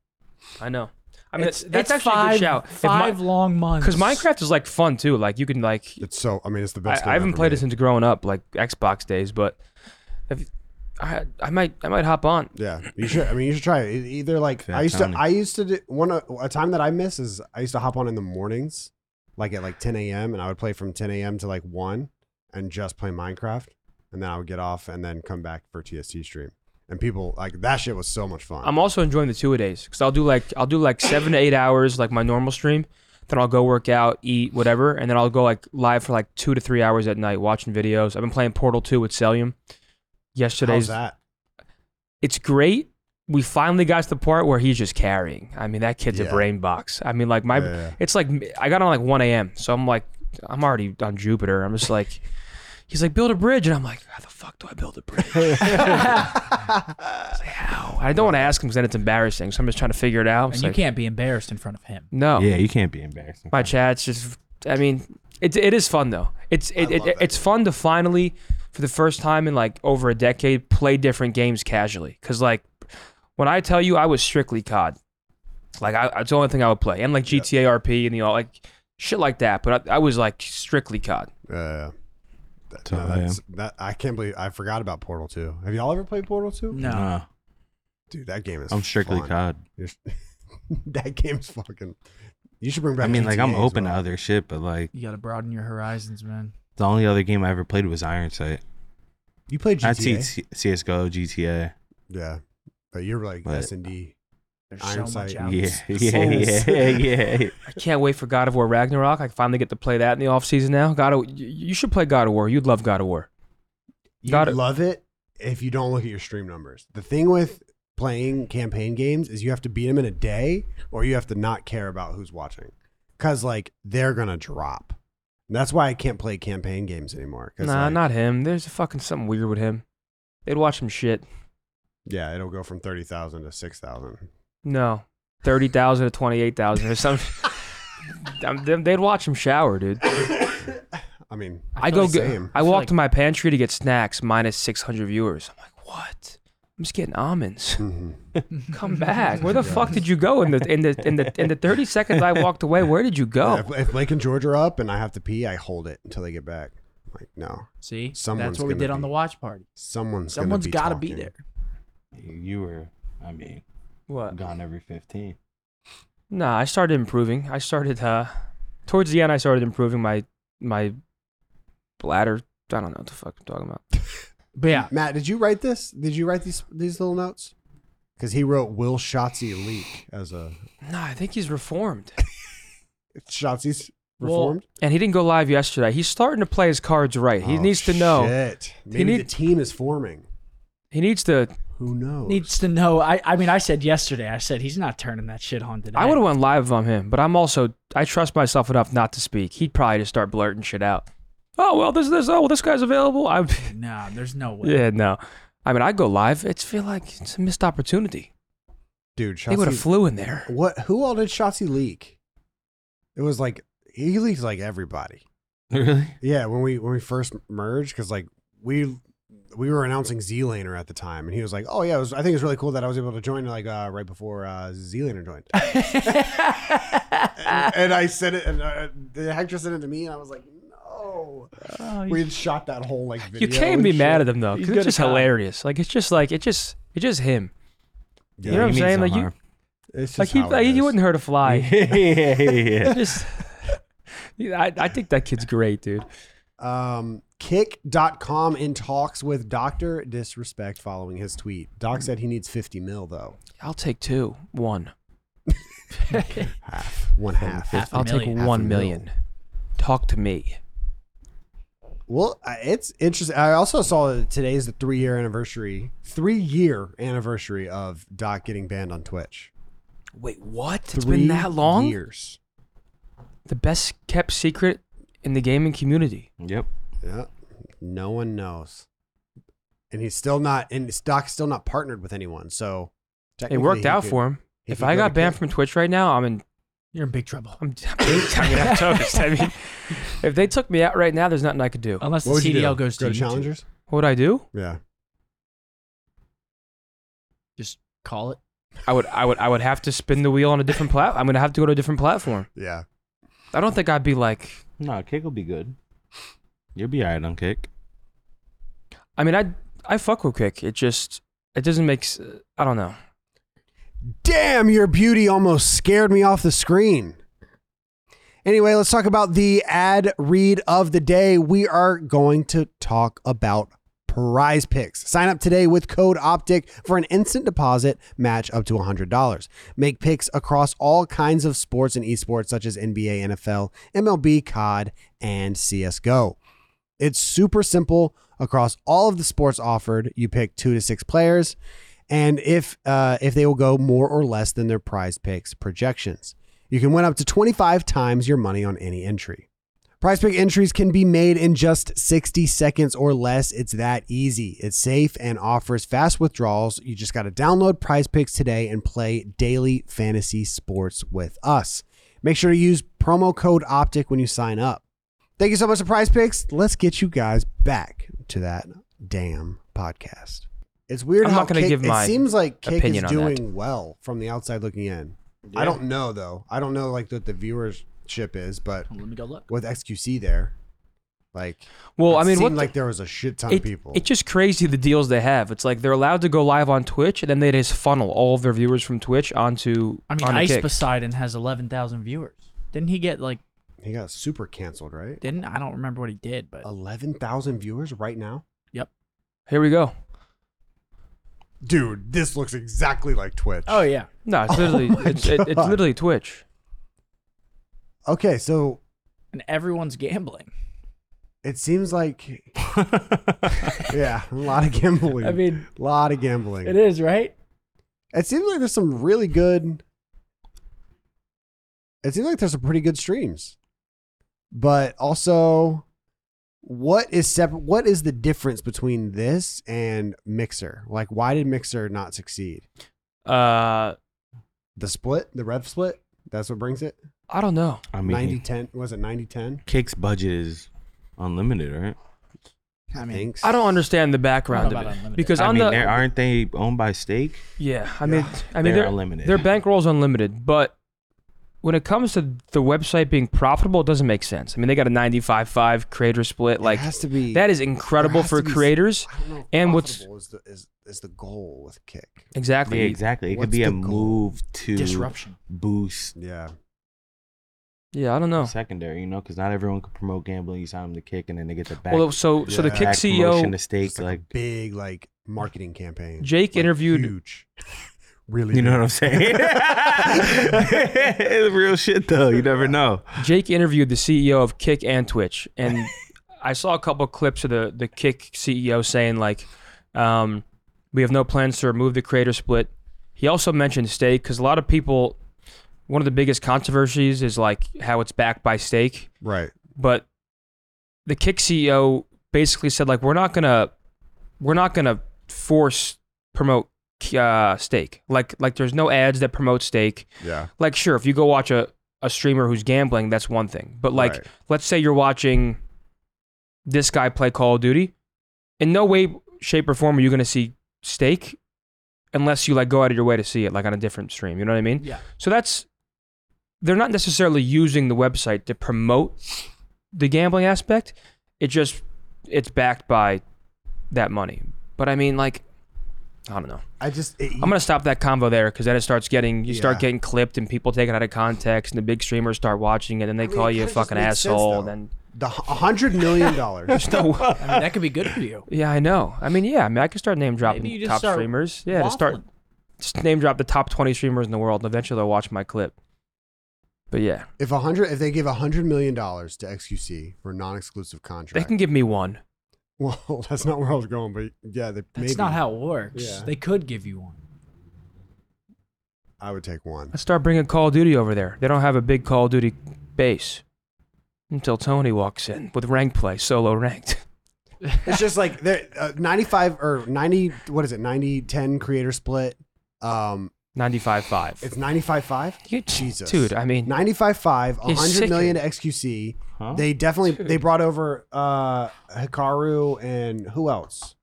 [SPEAKER 1] I know. I mean,
[SPEAKER 4] it's,
[SPEAKER 1] that's
[SPEAKER 4] it's
[SPEAKER 1] actually
[SPEAKER 4] five,
[SPEAKER 1] a good shout.
[SPEAKER 4] Five long months.
[SPEAKER 1] Because Minecraft is like fun too. Like you can like
[SPEAKER 3] It's so I mean it's the
[SPEAKER 1] I,
[SPEAKER 3] best. game
[SPEAKER 1] I haven't
[SPEAKER 3] ever
[SPEAKER 1] played
[SPEAKER 3] made.
[SPEAKER 1] it since growing up, like Xbox days. But if, I I might I might hop on.
[SPEAKER 3] Yeah, you should. I mean, you should try it. E- Either like
[SPEAKER 2] Fat
[SPEAKER 3] I used
[SPEAKER 2] Tony.
[SPEAKER 3] to. I used to do, one a, a time that I miss is I used to hop on in the mornings, like at like 10 a.m. and I would play from 10 a.m. to like one, and just play Minecraft, and then I would get off and then come back for TST stream. And people like that shit was so much fun.
[SPEAKER 1] I'm also enjoying the two a days because I'll do like I'll do like seven to eight hours like my normal stream. Then I'll go work out, eat whatever, and then I'll go like live for like two to three hours at night watching videos. I've been playing Portal Two with Celium.
[SPEAKER 3] How's
[SPEAKER 1] Yesterday's
[SPEAKER 3] that?
[SPEAKER 1] it's great. We finally got to the part where he's just carrying. I mean, that kid's a
[SPEAKER 3] Yeah.
[SPEAKER 1] brain box. I mean, like my,
[SPEAKER 3] Yeah, yeah.
[SPEAKER 1] it's like I got on like 1 a.m. So I'm like, I'm already on Jupiter. I'm just like, he's like, build a bridge, and I'm like, how the fuck do I build a bridge? I was like, how? I don't want to ask him because then it's embarrassing. So I'm just trying to figure it out.
[SPEAKER 4] and
[SPEAKER 1] It's
[SPEAKER 4] you
[SPEAKER 1] like,
[SPEAKER 4] can't be embarrassed in front of him.
[SPEAKER 1] No,
[SPEAKER 2] Yeah, you can't be embarrassed.
[SPEAKER 1] my chat's just. I mean, it it is fun though. It's it, it,
[SPEAKER 3] love that
[SPEAKER 1] it's fun to finally, for the first time in like over a decade, play different games casually. Cause like, when I tell you I was strictly COD, like I, it's the only thing I would play, and like GTA RP and you know like shit like that. But I, I was like strictly COD.
[SPEAKER 3] Uh, that,
[SPEAKER 2] So,
[SPEAKER 3] no, that's, that I can't believe I forgot about Portal 2. Have y'all ever played Portal 2?
[SPEAKER 4] No.
[SPEAKER 2] Nah,
[SPEAKER 3] Dude, that game is.
[SPEAKER 2] I'm strictly
[SPEAKER 3] fun.
[SPEAKER 2] COD.
[SPEAKER 3] You're- that game's fucking. You should bring back.
[SPEAKER 2] I mean, like I'm
[SPEAKER 3] GTA as
[SPEAKER 2] open to
[SPEAKER 3] well.
[SPEAKER 2] other shit, but like
[SPEAKER 4] You gotta broaden your horizons, man.
[SPEAKER 2] the only other game I ever played was Iron Sight.
[SPEAKER 3] You played GTA.
[SPEAKER 2] I'd see C- CS:GO, GTA.
[SPEAKER 3] yeah. But you're like
[SPEAKER 2] But-
[SPEAKER 3] S and D.
[SPEAKER 4] There's so
[SPEAKER 3] Ironside.
[SPEAKER 4] much out.
[SPEAKER 2] Yeah,
[SPEAKER 4] there.
[SPEAKER 2] yeah, yeah,
[SPEAKER 4] Souls.
[SPEAKER 2] yeah, yeah.
[SPEAKER 1] I can't wait for God of War Ragnarok. I finally get to play that in the offseason now. God of, you, you should play God of War. You'd love God of War.
[SPEAKER 3] You
[SPEAKER 1] Got it.
[SPEAKER 3] love it if you don't look at your stream numbers. The thing with playing campaign games is you have to beat them in a day, or you have to not care about who's watching, because like they're gonna drop. And that's why I can't play campaign games anymore. 'cause,
[SPEAKER 1] Nah,
[SPEAKER 3] like,
[SPEAKER 1] not him. There's fucking something weird with him. They'd watch him shit.
[SPEAKER 3] Yeah, it'll go from thirty thousand to six thousand.
[SPEAKER 1] No, thirty thousand to twenty-eight thousand or something. Um, them- They'd watch him shower, dude.
[SPEAKER 3] I mean,
[SPEAKER 1] I,
[SPEAKER 4] feel
[SPEAKER 1] go.
[SPEAKER 4] like-
[SPEAKER 1] Get,
[SPEAKER 3] same.
[SPEAKER 1] I,
[SPEAKER 4] I feel
[SPEAKER 1] walk
[SPEAKER 4] like-
[SPEAKER 1] to my pantry to get snacks. Minus six hundred viewers. I'm like, what? I'm just getting almonds.
[SPEAKER 3] mhm.
[SPEAKER 1] Come back. Where the fuck did you go in the in the in the in the thirty seconds I walked away? Where did you
[SPEAKER 3] Yeah,
[SPEAKER 1] go?
[SPEAKER 3] if, if Blake and George are up and I have to pee, I hold it until they get back. I'm like no,
[SPEAKER 4] See,
[SPEAKER 3] Someone's
[SPEAKER 4] that's what we
[SPEAKER 3] gonna
[SPEAKER 4] did on
[SPEAKER 3] be-
[SPEAKER 4] the watch party.
[SPEAKER 3] someone's gonna
[SPEAKER 4] Someone's
[SPEAKER 3] be
[SPEAKER 4] got to
[SPEAKER 3] talking.
[SPEAKER 4] be there.
[SPEAKER 2] You were, I mean,
[SPEAKER 1] What?
[SPEAKER 2] gone every 15.
[SPEAKER 1] Nah, I started improving. I started uh towards the end I started improving my my bladder. I don't know what the fuck I'm talking about.
[SPEAKER 4] But yeah,
[SPEAKER 3] Matt, did you write this? Did you write these these little notes? Because he wrote Will Shotzi leak as a
[SPEAKER 1] Nah, I think he's reformed.
[SPEAKER 3] Shotzi's
[SPEAKER 4] Well,
[SPEAKER 3] reformed.
[SPEAKER 1] And he didn't go live yesterday. He's starting to play his cards right. He
[SPEAKER 3] Oh,
[SPEAKER 1] needs to know.
[SPEAKER 3] Shit. Maybe
[SPEAKER 1] need-
[SPEAKER 3] the team is forming.
[SPEAKER 1] He needs to
[SPEAKER 3] Who knows?
[SPEAKER 4] needs to know. I, I mean, I said yesterday. I said he's not turning that shit on today.
[SPEAKER 1] I would have went live if I'm him, but I'm also I trust myself enough not to speak. He'd probably just start blurting shit out. Oh well, this this oh well, this guy's available. I am
[SPEAKER 4] Nah, there's no way.
[SPEAKER 1] yeah no. I mean I go live. It's feel like it's a missed opportunity.
[SPEAKER 3] Dude,
[SPEAKER 1] They would have
[SPEAKER 3] Shotzi.
[SPEAKER 1] flew in there.
[SPEAKER 3] What? Who all did Shotzi leak? It was like he leaked like everybody.
[SPEAKER 2] Really?
[SPEAKER 3] Yeah, when we when we first merged, because like we we were announcing Z-Laner at the time, and he was like, "Oh yeah, it was, I think it's really cool that I was able to join like uh, right before uh, Z-Laner joined." and, and I said it, and uh, the actor sent it to me, and I was like, "No." We had shot that whole like video.
[SPEAKER 1] Oh, You can't be mad at him though,
[SPEAKER 4] He's
[SPEAKER 1] 'cause
[SPEAKER 4] good
[SPEAKER 1] it's just
[SPEAKER 4] at that.
[SPEAKER 1] hilarious. Like it's just like it just it's just him. you
[SPEAKER 3] Yeah,
[SPEAKER 1] know what I'm
[SPEAKER 2] means
[SPEAKER 1] saying?
[SPEAKER 2] no
[SPEAKER 1] Like you,
[SPEAKER 2] harm.
[SPEAKER 3] It's just
[SPEAKER 1] like he,
[SPEAKER 3] how it
[SPEAKER 1] like, he
[SPEAKER 3] is.
[SPEAKER 1] wouldn't hurt a fly.
[SPEAKER 2] yeah, yeah, yeah.
[SPEAKER 1] just, yeah, I, I think that kid's great, dude.
[SPEAKER 3] Um, kick.com in talks with Doctor Disrespect following his tweet.
[SPEAKER 1] Hmm.
[SPEAKER 3] Doc said he needs 50 mil though.
[SPEAKER 1] I'll take two, one.
[SPEAKER 3] Half. One half.
[SPEAKER 4] Half a
[SPEAKER 1] I'll
[SPEAKER 4] million.
[SPEAKER 1] take
[SPEAKER 3] Half a
[SPEAKER 1] one
[SPEAKER 3] mil.
[SPEAKER 1] million. Talk to me.
[SPEAKER 3] Well, I- it's interesting. I also saw that today is the three year anniversary, three year anniversary of Doc getting banned on Twitch.
[SPEAKER 1] Wait, what? It's
[SPEAKER 3] It's
[SPEAKER 1] been that long.
[SPEAKER 3] Years.
[SPEAKER 1] The best kept secret in the gaming community.
[SPEAKER 2] Yep.
[SPEAKER 3] Yeah. No one knows. And he's still not, and Doc's still not partnered with anyone. So
[SPEAKER 1] It worked out for him.
[SPEAKER 3] he
[SPEAKER 1] If
[SPEAKER 3] could
[SPEAKER 1] I
[SPEAKER 3] go to
[SPEAKER 1] got banned
[SPEAKER 3] Kick.
[SPEAKER 1] from Twitch right now, I'm in.
[SPEAKER 4] You're in big trouble.
[SPEAKER 1] I'm, I'm, i mean, I'm toast. I mean, if they took me out right now, there's nothing I could do.
[SPEAKER 4] Unless the
[SPEAKER 3] What would you do?
[SPEAKER 4] CDL goes
[SPEAKER 3] Go
[SPEAKER 4] to,
[SPEAKER 3] to
[SPEAKER 4] YouTube.
[SPEAKER 3] challengers?
[SPEAKER 1] What would I do?
[SPEAKER 3] Yeah.
[SPEAKER 4] Just call it.
[SPEAKER 1] I would, I would, I would have to spin the wheel on a different plat. I'm gonna have to go to a different platform.
[SPEAKER 3] Yeah.
[SPEAKER 1] I don't think I'd be like.
[SPEAKER 2] No, kick will be good. You'll be alright on kick.
[SPEAKER 1] I mean, I, I fuck with Kick. It just, it doesn't make. s- I don't know.
[SPEAKER 3] Damn, your beauty almost scared me off the screen. Anyway, let's talk about the ad read of the day. We are going to talk about prize picks. Sign up today with code OPTIC for an instant deposit match up to $100. Make picks across all kinds of sports and esports, such as NBA, NFL, MLB, COD, and CSGO. It's super simple across all of the sports offered. You pick two to six players, and if uh, if they will go more or less than their prize picks projections, you can win up to 25 times your money on any entry. Prize pick entries can be made in just 60 seconds or less. It's that easy. It's safe and offers fast withdrawals. You just got to download prize picks today and play daily fantasy sports with us. Make sure to use promo code OPTIC when you sign up. Thank you so much to Prize Picks. Let's get you guys back to that damn podcast. It's weird
[SPEAKER 1] I'm
[SPEAKER 3] how
[SPEAKER 1] not gonna
[SPEAKER 3] Kick-
[SPEAKER 1] give my
[SPEAKER 3] it seems like Kick is
[SPEAKER 1] opinion on that.
[SPEAKER 3] doing well from the outside looking in. I don't know though. I don't know like what the viewership is, but
[SPEAKER 4] Let me go look.
[SPEAKER 3] with XQC there, like
[SPEAKER 1] Well, I
[SPEAKER 3] it
[SPEAKER 1] mean,
[SPEAKER 3] seemed
[SPEAKER 1] what?
[SPEAKER 3] like there was a shit ton of
[SPEAKER 1] it,
[SPEAKER 3] people.
[SPEAKER 1] it's just crazy the deals they have. It's like they're allowed to go live on Twitch, and then they just funnel all of their viewers from Twitch onto
[SPEAKER 4] I mean,
[SPEAKER 1] onto
[SPEAKER 4] Ice
[SPEAKER 1] Kick.
[SPEAKER 4] Poseidon has 11,000 viewers. Didn't he get like?
[SPEAKER 3] he got super canceled, right?
[SPEAKER 4] Didn't I don't remember what he did, but
[SPEAKER 3] Eleven thousand viewers right now.
[SPEAKER 1] Here we go.
[SPEAKER 3] dude, this looks exactly like Twitch.
[SPEAKER 4] Oh yeah.
[SPEAKER 1] No, it's literally
[SPEAKER 3] my
[SPEAKER 1] it's, it, it's
[SPEAKER 3] God.
[SPEAKER 1] literally Twitch.
[SPEAKER 3] Okay, so
[SPEAKER 4] And everyone's gambling.
[SPEAKER 3] it seems like yeah, a lot of gambling.
[SPEAKER 4] I mean,
[SPEAKER 3] a lot of gambling.
[SPEAKER 4] it is right.
[SPEAKER 3] It seems like there's some really good. It seems like there's some pretty good streams, but also, what is separate? What is the difference between this and Mixer? Like, why did Mixer not succeed?
[SPEAKER 1] Uh,
[SPEAKER 3] The split, the rev split. That's what brings it.
[SPEAKER 1] I don't know.
[SPEAKER 2] I mean,
[SPEAKER 3] 90 10 was it 90 10?
[SPEAKER 2] Cake's budget is unlimited, right?
[SPEAKER 4] I mean,
[SPEAKER 3] Thanks.
[SPEAKER 1] I don't understand the
[SPEAKER 4] I
[SPEAKER 1] background
[SPEAKER 4] don't know
[SPEAKER 1] of
[SPEAKER 4] about
[SPEAKER 1] it
[SPEAKER 4] unlimited.
[SPEAKER 1] because
[SPEAKER 2] I
[SPEAKER 1] on
[SPEAKER 2] mean,
[SPEAKER 1] the
[SPEAKER 2] they aren't they owned by Steak?
[SPEAKER 1] yeah, I mean, I mean,
[SPEAKER 2] they're,
[SPEAKER 1] their
[SPEAKER 2] unlimited.
[SPEAKER 1] their bankroll's unlimited, but when it comes to the website being profitable, it doesn't make sense. I mean, they got a 95-5 creator split,
[SPEAKER 3] it
[SPEAKER 1] like
[SPEAKER 3] has to be
[SPEAKER 1] that is incredible
[SPEAKER 3] has
[SPEAKER 1] for
[SPEAKER 3] to be s-
[SPEAKER 1] creators.
[SPEAKER 3] I don't know if
[SPEAKER 1] and what's-
[SPEAKER 3] profitable is the is, is the goal with kick.
[SPEAKER 2] Yeah,
[SPEAKER 1] Exactly.
[SPEAKER 2] exactly. It
[SPEAKER 3] What's
[SPEAKER 2] could be a
[SPEAKER 3] the goal?
[SPEAKER 2] move to
[SPEAKER 4] disruption.
[SPEAKER 2] boost
[SPEAKER 3] Yeah.
[SPEAKER 1] Yeah, I don't
[SPEAKER 4] Oh.
[SPEAKER 1] know.
[SPEAKER 2] secondary, you know, because not everyone could promote gambling. You sign them to kick, and then they get the back.
[SPEAKER 1] Well, so so the
[SPEAKER 3] Yeah.
[SPEAKER 1] Kick E
[SPEAKER 2] back
[SPEAKER 4] E
[SPEAKER 2] promotion
[SPEAKER 1] CEO
[SPEAKER 2] to Stake,
[SPEAKER 3] It's like,
[SPEAKER 2] like,
[SPEAKER 3] a big like marketing campaign.
[SPEAKER 1] Jake
[SPEAKER 3] Like,
[SPEAKER 1] interviewed
[SPEAKER 3] huge. really
[SPEAKER 2] you know
[SPEAKER 3] big.
[SPEAKER 2] what I'm saying? it's real shit though. You never know.
[SPEAKER 1] Jake interviewed the CEO of Kick and Twitch, and I saw a couple clips of the the Kick CEO saying like, um, "We have no plans to remove the creator split." He also mentioned Stake because a lot of people, one of the biggest controversies is like how it's backed by Stake,
[SPEAKER 3] right.
[SPEAKER 1] but the Kick CEO basically said like, "We're not gonna, we're not gonna force promote." Uh, stake like like there's no ads that promote stake
[SPEAKER 3] Yeah.
[SPEAKER 1] like sure if you go watch a, a streamer who's gambling that's one thing but like
[SPEAKER 3] Right.
[SPEAKER 1] let's say you're watching this guy play call of duty in no way shape or form are you going to see stake unless you like go out of your way to see it like on a different stream you know what i mean
[SPEAKER 4] Yeah.
[SPEAKER 1] so that's they're not necessarily using the website to promote the gambling aspect it just it's backed by that money but i mean like i don't know
[SPEAKER 3] I just it,
[SPEAKER 1] I'm gonna stop that convo there because then it starts getting you start
[SPEAKER 3] Yeah.
[SPEAKER 1] getting clipped and people take it out of context and the big streamers start watching it and they
[SPEAKER 3] I mean,
[SPEAKER 1] call
[SPEAKER 3] it
[SPEAKER 1] you a
[SPEAKER 3] kinda just
[SPEAKER 1] fucking
[SPEAKER 3] makes sense,
[SPEAKER 1] asshole.
[SPEAKER 3] though.
[SPEAKER 1] then
[SPEAKER 3] the h- a hundred million dollars.
[SPEAKER 1] there's no.
[SPEAKER 4] I mean, that could be good for you.
[SPEAKER 1] yeah, I know. I mean, yeah. I mean, I could start name
[SPEAKER 4] Maybe you
[SPEAKER 1] dropping
[SPEAKER 4] just
[SPEAKER 1] top
[SPEAKER 4] start
[SPEAKER 1] streamers. Yeah, to start
[SPEAKER 4] Waffling.
[SPEAKER 1] just name drop the top 20 streamers in the world and eventually they'll watch my clip. But yeah,
[SPEAKER 3] if a hundred, if they give a hundred million dollars to XQC for non-exclusive
[SPEAKER 1] they
[SPEAKER 3] contract,
[SPEAKER 1] can give me one.
[SPEAKER 3] well, that's not where I was going, but yeah, they,
[SPEAKER 4] That's
[SPEAKER 3] maybe
[SPEAKER 4] not how it works.
[SPEAKER 3] Yeah.
[SPEAKER 4] They could give you one.
[SPEAKER 3] I would take one.
[SPEAKER 1] Let's start bringing Call of Duty over there. They don't have a big Call of Duty base until Tony walks in with ranked play, solo ranked.
[SPEAKER 3] it's just like there uh, 95 or 90 what is it 90 10 creator split um
[SPEAKER 1] 95.5.
[SPEAKER 3] it's 95 5
[SPEAKER 1] You-
[SPEAKER 3] Jesus.
[SPEAKER 1] Dude, I mean,
[SPEAKER 3] 95 5
[SPEAKER 1] He's
[SPEAKER 3] 100
[SPEAKER 1] sick.
[SPEAKER 3] million to xqc
[SPEAKER 2] Huh?
[SPEAKER 3] they definitely they brought over uh hikaru and who else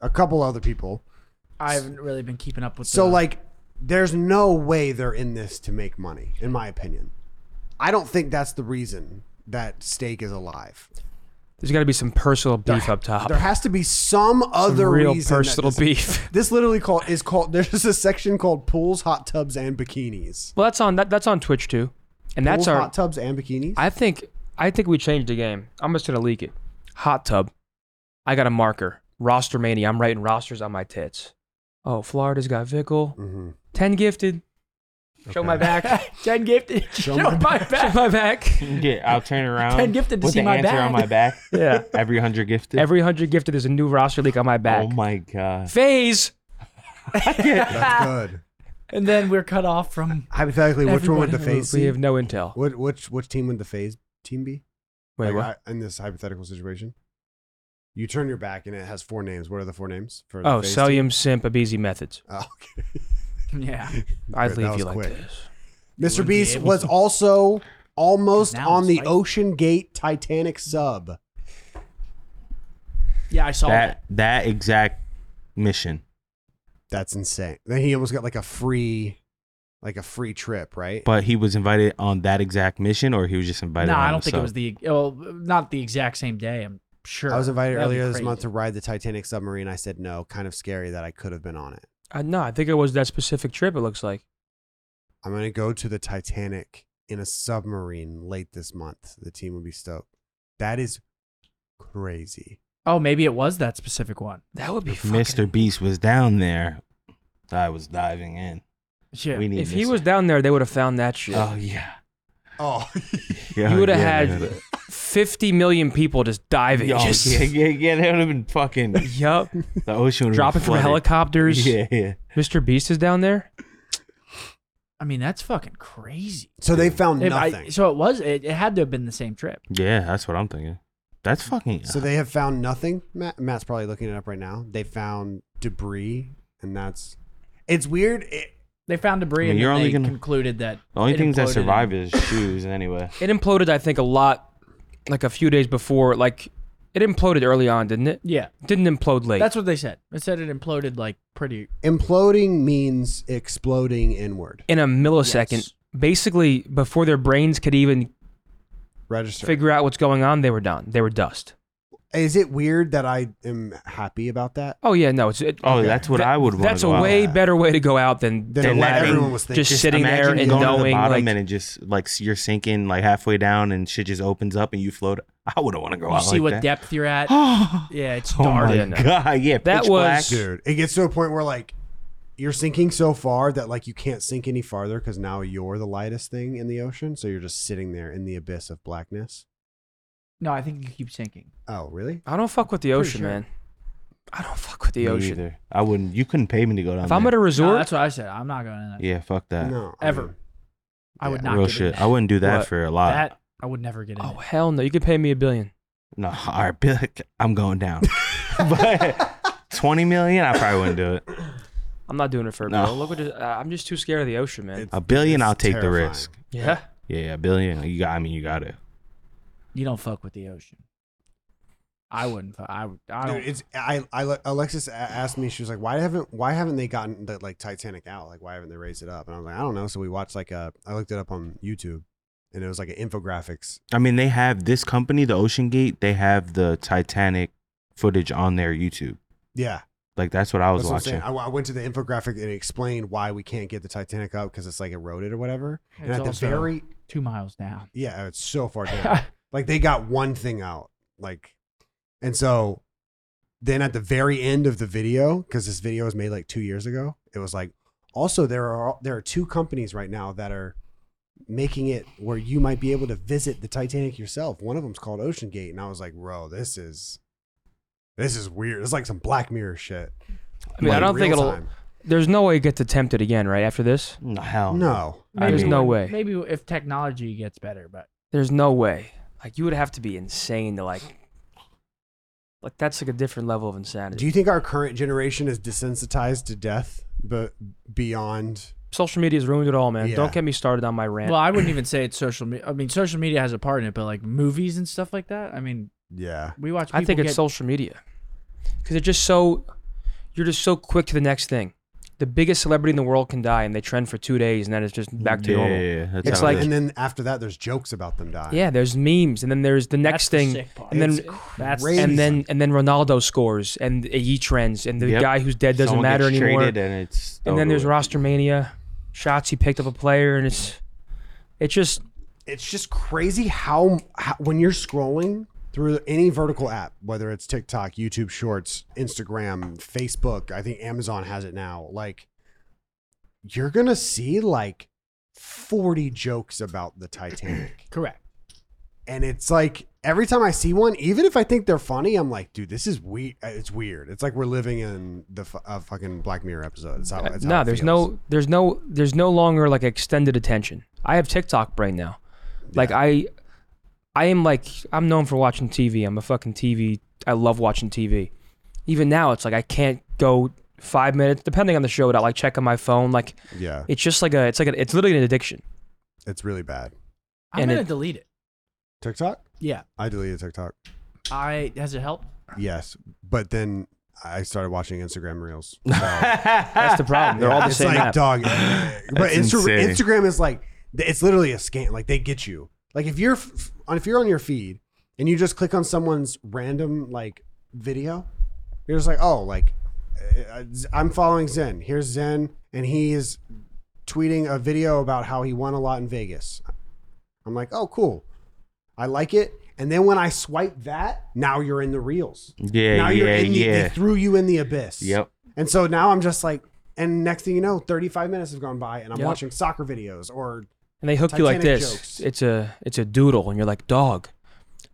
[SPEAKER 3] a couple other people
[SPEAKER 4] I haven't really been keeping up with.
[SPEAKER 3] so
[SPEAKER 4] the,
[SPEAKER 3] like there's no way they're in this to make money in my opinion i don't think that's the reason that stake is alive
[SPEAKER 1] There's got to be some personal beef up top.
[SPEAKER 3] there has to be some other
[SPEAKER 1] real
[SPEAKER 3] reason that
[SPEAKER 1] personal
[SPEAKER 3] this-
[SPEAKER 1] beef.
[SPEAKER 3] This literally called is called. There's a section called pools, hot tubs, and bikinis.
[SPEAKER 1] well, that's on that, that's on Twitch too, and that's
[SPEAKER 3] pools,
[SPEAKER 1] our.
[SPEAKER 3] hot tubs and bikinis.
[SPEAKER 1] I think I think we changed the game. I'm just gonna leak it. Hot tub. I got a marker. Roster mania. I'm writing rosters on my tits. Oh, Florida's got Vickle.
[SPEAKER 4] Mm-hmm.
[SPEAKER 3] Mhm.
[SPEAKER 1] Ten gifted. Show my back.
[SPEAKER 4] ten gifted. Show
[SPEAKER 3] my
[SPEAKER 4] my back.
[SPEAKER 1] Show my back.
[SPEAKER 2] Yeah, I'll turn around.
[SPEAKER 4] 10 gifted to
[SPEAKER 2] with
[SPEAKER 4] see
[SPEAKER 2] the
[SPEAKER 4] my
[SPEAKER 2] answer
[SPEAKER 4] bag.
[SPEAKER 2] on my back.
[SPEAKER 1] Yeah.
[SPEAKER 2] Every hundred gifted.
[SPEAKER 1] Every hundred gifted is a new roster leak on my back.
[SPEAKER 2] Oh my god.
[SPEAKER 1] Phase.
[SPEAKER 3] That's good.
[SPEAKER 4] And then we're cut off from.
[SPEAKER 3] Hypothetically, which one would the
[SPEAKER 4] Everybody
[SPEAKER 3] phase?
[SPEAKER 1] We
[SPEAKER 3] be?
[SPEAKER 1] have no intel.
[SPEAKER 3] What which which team would the phase team be?
[SPEAKER 1] Wait,
[SPEAKER 3] Like,
[SPEAKER 1] what?
[SPEAKER 3] I- in this hypothetical situation, you turn your back and it has four names. What are the four names for? The
[SPEAKER 1] Oh,
[SPEAKER 3] phase team?
[SPEAKER 1] Celium Simp Abizi Methods.
[SPEAKER 3] Oh, okay.
[SPEAKER 4] Yeah.
[SPEAKER 1] I
[SPEAKER 3] Good, that
[SPEAKER 1] leave
[SPEAKER 3] was
[SPEAKER 1] you like
[SPEAKER 3] quick.
[SPEAKER 1] this.
[SPEAKER 3] Mr.
[SPEAKER 4] be
[SPEAKER 3] Beast
[SPEAKER 4] able
[SPEAKER 3] was
[SPEAKER 4] to-
[SPEAKER 3] also almost
[SPEAKER 4] Now
[SPEAKER 3] on
[SPEAKER 4] it's
[SPEAKER 3] the
[SPEAKER 4] like-
[SPEAKER 3] Ocean Gate Titanic sub.
[SPEAKER 4] Yeah, I saw that.
[SPEAKER 2] That that exact mission.
[SPEAKER 3] That's insane. Then he almost got like a free, like a free trip, right?
[SPEAKER 2] But he was invited on that exact mission, or he was just invited.
[SPEAKER 4] No,
[SPEAKER 2] on
[SPEAKER 4] I don't
[SPEAKER 2] the
[SPEAKER 4] think
[SPEAKER 2] sub?
[SPEAKER 4] it was the. Well, not the exact same day. I'm sure.
[SPEAKER 3] I was invited
[SPEAKER 4] That'd be
[SPEAKER 3] earlier this
[SPEAKER 4] crazy.
[SPEAKER 3] month to ride the Titanic submarine. I said no. Kind of scary that I could have been on it.
[SPEAKER 1] Uh, no, I think it was that specific trip. It looks like.
[SPEAKER 3] I'm gonna go to the Titanic in a submarine late this month. The team would be stoked. That is crazy.
[SPEAKER 4] Oh, maybe it was that specific one.
[SPEAKER 1] That would be
[SPEAKER 2] If Mr. Beast was down there, I was diving in.
[SPEAKER 4] Yeah.
[SPEAKER 2] We need
[SPEAKER 1] If he
[SPEAKER 2] Mr.
[SPEAKER 1] was down there, they would have found that shit.
[SPEAKER 2] Oh yeah.
[SPEAKER 3] Oh,
[SPEAKER 2] yeah
[SPEAKER 1] you would have
[SPEAKER 2] yeah,
[SPEAKER 1] had
[SPEAKER 2] yeah.
[SPEAKER 1] 50 million people just diving.
[SPEAKER 2] Yo,
[SPEAKER 1] just,
[SPEAKER 2] yeah, yeah, yeah, that would have been fucking the
[SPEAKER 1] Yup.
[SPEAKER 2] ocean. would've
[SPEAKER 1] Dropping
[SPEAKER 2] been
[SPEAKER 1] from
[SPEAKER 2] flooded.
[SPEAKER 1] helicopters.
[SPEAKER 2] Yeah, yeah.
[SPEAKER 1] Mr. Beast is down there.
[SPEAKER 4] I mean, that's fucking crazy.
[SPEAKER 3] so they found
[SPEAKER 4] If I-
[SPEAKER 3] Oh, nothing.
[SPEAKER 4] so it was. It, it had to have been the same trip.
[SPEAKER 2] Yeah, that's what I'm thinking. That's fucking
[SPEAKER 3] so they have found nothing. Matt, Matt's probably looking it up right now. They found debris, and that's it's weird. It,
[SPEAKER 4] They found
[SPEAKER 2] I
[SPEAKER 4] debris,
[SPEAKER 2] mean,
[SPEAKER 4] and
[SPEAKER 2] you're
[SPEAKER 4] then
[SPEAKER 2] only
[SPEAKER 4] they
[SPEAKER 2] gonna-
[SPEAKER 4] concluded that
[SPEAKER 2] the only
[SPEAKER 4] it
[SPEAKER 2] things that
[SPEAKER 4] imploded
[SPEAKER 2] survive is shoes anyway.
[SPEAKER 1] It imploded, I think, a lot, like a few days before. Like, it imploded early on, didn't it?
[SPEAKER 4] and- Yeah,
[SPEAKER 1] Didn't implode late.
[SPEAKER 4] that's what they said. It said it imploded like pretty.
[SPEAKER 3] imploding means exploding inward.
[SPEAKER 1] in a millisecond.
[SPEAKER 4] Yes.
[SPEAKER 1] Basically, before their brains could even
[SPEAKER 3] Register.
[SPEAKER 1] figure out what's going on, they were done. They were dust.
[SPEAKER 3] Is it weird that I am happy about that?
[SPEAKER 1] Oh yeah, no, it's it,
[SPEAKER 2] Oh, that's what
[SPEAKER 1] that-
[SPEAKER 2] I would want.
[SPEAKER 1] that's a way
[SPEAKER 2] better.
[SPEAKER 1] better way to go out than
[SPEAKER 3] Than
[SPEAKER 1] than
[SPEAKER 2] what
[SPEAKER 1] having-
[SPEAKER 2] everyone
[SPEAKER 3] was thinking.
[SPEAKER 1] just,
[SPEAKER 2] Just
[SPEAKER 1] sitting there
[SPEAKER 2] imagine
[SPEAKER 1] and
[SPEAKER 2] going to the
[SPEAKER 1] knowing
[SPEAKER 2] bottom
[SPEAKER 1] like
[SPEAKER 2] and it just like you're sinking like halfway down and shit just opens up and you float. I wouldn't want to go
[SPEAKER 4] You
[SPEAKER 2] out
[SPEAKER 4] see
[SPEAKER 2] like
[SPEAKER 4] what
[SPEAKER 2] that.
[SPEAKER 4] depth you're at.
[SPEAKER 2] oh
[SPEAKER 4] yeah, it's dark.
[SPEAKER 2] my
[SPEAKER 1] Yeah, no.
[SPEAKER 2] god! Yeah,
[SPEAKER 1] That
[SPEAKER 2] pitch
[SPEAKER 1] was-
[SPEAKER 2] black.
[SPEAKER 3] Dude, it gets to a point where like you're sinking so far that like you can't sink any farther because now you're the lightest thing in the ocean. So you're just sitting there in the abyss of blackness.
[SPEAKER 4] No, I think you keep sinking.
[SPEAKER 3] Oh, really?
[SPEAKER 1] I don't fuck with the ocean,
[SPEAKER 4] sure.
[SPEAKER 1] man. I don't fuck with the
[SPEAKER 2] Me
[SPEAKER 1] ocean.
[SPEAKER 2] either. I wouldn't. You couldn't pay me to go down.
[SPEAKER 1] If I'm at
[SPEAKER 2] there.
[SPEAKER 1] a
[SPEAKER 4] No,
[SPEAKER 1] resort,
[SPEAKER 4] that's what I said. I'm not going in that.
[SPEAKER 2] yeah, fuck that.
[SPEAKER 3] No.
[SPEAKER 4] Ever.
[SPEAKER 3] mean,
[SPEAKER 4] I would
[SPEAKER 3] yeah.
[SPEAKER 4] not.
[SPEAKER 2] Real
[SPEAKER 4] get in
[SPEAKER 2] shit.
[SPEAKER 4] that.
[SPEAKER 2] I wouldn't do that
[SPEAKER 1] What?
[SPEAKER 2] for a lot.
[SPEAKER 4] That I would never get in.
[SPEAKER 1] oh
[SPEAKER 4] it.
[SPEAKER 1] hell no, you could pay me a billion.
[SPEAKER 2] No, all right, Bill, I'm going down. but twenty million, I probably wouldn't do it.
[SPEAKER 1] I'm not doing it for a
[SPEAKER 2] No.
[SPEAKER 1] bill. Look at it, uh, I'm just too scared of the ocean, man.
[SPEAKER 3] It's-
[SPEAKER 2] A billion,
[SPEAKER 3] it's
[SPEAKER 2] I'll take the
[SPEAKER 3] terrifying.
[SPEAKER 2] risk.
[SPEAKER 1] yeah,
[SPEAKER 2] Yeah, a billion. You got. I mean, you got it.
[SPEAKER 4] You don't fuck with the ocean. I wouldn't. fu- I would. I don't.
[SPEAKER 3] Dude, it's I, I Alexis a- asked me. She was like, "Why haven't Why haven't they gotten the like Titanic out? Like, why haven't they raised it up?" And I was like, "I don't know." So we watched like a. I looked it up on YouTube, and it was like an infographics.
[SPEAKER 2] I mean, they have this company, the Ocean Gate. They have the Titanic footage on their YouTube.
[SPEAKER 3] Yeah,
[SPEAKER 2] Like that's what I was
[SPEAKER 3] That's what I'm
[SPEAKER 2] watching.
[SPEAKER 3] saying. I, w- I went to the infographic and it explained why we can't get the Titanic up because it's like eroded or whatever. and
[SPEAKER 4] It's
[SPEAKER 3] at the
[SPEAKER 4] also-
[SPEAKER 3] very
[SPEAKER 4] two miles down.
[SPEAKER 3] yeah, it's so far down. like they got one thing out, like, and so then at the very end of the video, because this video was made like two years ago, it was like also there are there are two companies right now that are making it where you might be able to visit the Titanic yourself. One of them's called Ocean Gate, and I was like, bro, this is this is weird. It's like some Black Mirror shit.
[SPEAKER 1] I mean, I
[SPEAKER 3] Like,
[SPEAKER 1] don't think
[SPEAKER 3] real
[SPEAKER 1] it'll.
[SPEAKER 3] time.
[SPEAKER 1] There's no way it gets attempted again, right? After this,
[SPEAKER 2] Oh, No, hell
[SPEAKER 3] No.
[SPEAKER 2] I
[SPEAKER 1] there's
[SPEAKER 2] mean-
[SPEAKER 1] no way.
[SPEAKER 4] Maybe if technology gets better, but
[SPEAKER 1] There's no way. Like you would have to be insane to like. Like that's like a different level of insanity.
[SPEAKER 3] Do you think our current generation is desensitized to death, but beyond?
[SPEAKER 1] Social media's ruined it all, man.
[SPEAKER 3] Yeah.
[SPEAKER 1] Don't get me started on my rant.
[SPEAKER 4] well, I wouldn't even say it's social media. I mean, social media has a part in it, but like movies and stuff like that. I mean,
[SPEAKER 3] Yeah.
[SPEAKER 4] we watch.
[SPEAKER 1] I think
[SPEAKER 4] people
[SPEAKER 1] it's
[SPEAKER 4] get-
[SPEAKER 1] social media because it's just so you're just so quick to the next thing. The biggest celebrity in the world can die, and they trend for two days, and then it's just back to
[SPEAKER 2] yeah,
[SPEAKER 1] normal.
[SPEAKER 2] Yeah, yeah. That's
[SPEAKER 1] It's
[SPEAKER 2] how it
[SPEAKER 1] like-
[SPEAKER 2] is.
[SPEAKER 3] and then after that, there's jokes about them dying.
[SPEAKER 1] Yeah, there's memes, and then there's the
[SPEAKER 4] That's
[SPEAKER 1] next
[SPEAKER 4] the
[SPEAKER 1] thing,
[SPEAKER 4] sick part.
[SPEAKER 1] and then
[SPEAKER 3] It's
[SPEAKER 4] that's
[SPEAKER 3] crazy.
[SPEAKER 1] and then and then Ronaldo scores, and he trends, and the
[SPEAKER 2] Yep.
[SPEAKER 1] guy who's dead doesn't
[SPEAKER 2] Someone
[SPEAKER 1] matter
[SPEAKER 2] gets
[SPEAKER 1] anymore.
[SPEAKER 2] traded And, it's
[SPEAKER 1] and then
[SPEAKER 2] over
[SPEAKER 1] there's
[SPEAKER 2] with.
[SPEAKER 1] roster mania, shots he picked up a player, and it's it's just
[SPEAKER 3] It's just crazy how, how when you're scrolling through any vertical app, whether it's TikTok, YouTube Shorts, Instagram, Facebook, I think Amazon has it now. Like, you're gonna see like 40 jokes about the Titanic.
[SPEAKER 4] correct.
[SPEAKER 3] and it's like every time I see one, even if I think they're funny, I'm like, dude, this is weird. It's weird. It's like we're living in the f- a fucking Black Mirror episode. It's how,
[SPEAKER 1] Uh,
[SPEAKER 3] it's how
[SPEAKER 1] no,
[SPEAKER 3] it
[SPEAKER 1] there's
[SPEAKER 3] feels.
[SPEAKER 1] no, there's no, there's no longer like extended attention. I have TikTok brain now. Like I, I am like I'm known for watching TV. I'm a fucking TV. I love watching TV. Even now, it's like I can't go five minutes, depending on the show, without like checking my phone. Like
[SPEAKER 3] Yeah,
[SPEAKER 1] it's just like a, it's like a, it's literally an addiction.
[SPEAKER 3] it's really bad.
[SPEAKER 4] I'm
[SPEAKER 1] And
[SPEAKER 4] gonna
[SPEAKER 1] it-
[SPEAKER 4] delete it.
[SPEAKER 3] TikTok.
[SPEAKER 4] Yeah,
[SPEAKER 3] I deleted TikTok.
[SPEAKER 4] I has it helped?
[SPEAKER 3] Yes, but then I started watching Instagram Reels.
[SPEAKER 1] That's the problem. They're all the
[SPEAKER 3] it's
[SPEAKER 1] same
[SPEAKER 3] like
[SPEAKER 1] app.
[SPEAKER 3] dog. but Insta-
[SPEAKER 2] insane.
[SPEAKER 3] Instagram is like it's literally a scam. Like they get you. Like if you're f- on if you're on your feed and you just click on someone's random like video, you're just like, oh, like uh, I'm following Zen. Here's Zen, and he is tweeting a video about how he won a lot in Vegas. I'm like, oh, cool. I like it. And then when I swipe that, now you're in the reels.
[SPEAKER 2] Yeah,
[SPEAKER 3] now
[SPEAKER 2] yeah,
[SPEAKER 3] in the,
[SPEAKER 2] yeah.
[SPEAKER 3] They threw you in the abyss.
[SPEAKER 2] Yep.
[SPEAKER 3] And so now I'm just like, and next thing you know, 35 minutes have gone by, and I'm
[SPEAKER 1] Yep.
[SPEAKER 3] watching soccer videos or
[SPEAKER 1] And they hook you like
[SPEAKER 3] Titanic
[SPEAKER 1] this.
[SPEAKER 3] jokes.
[SPEAKER 1] It's a it's a doodle, and you're like, dog.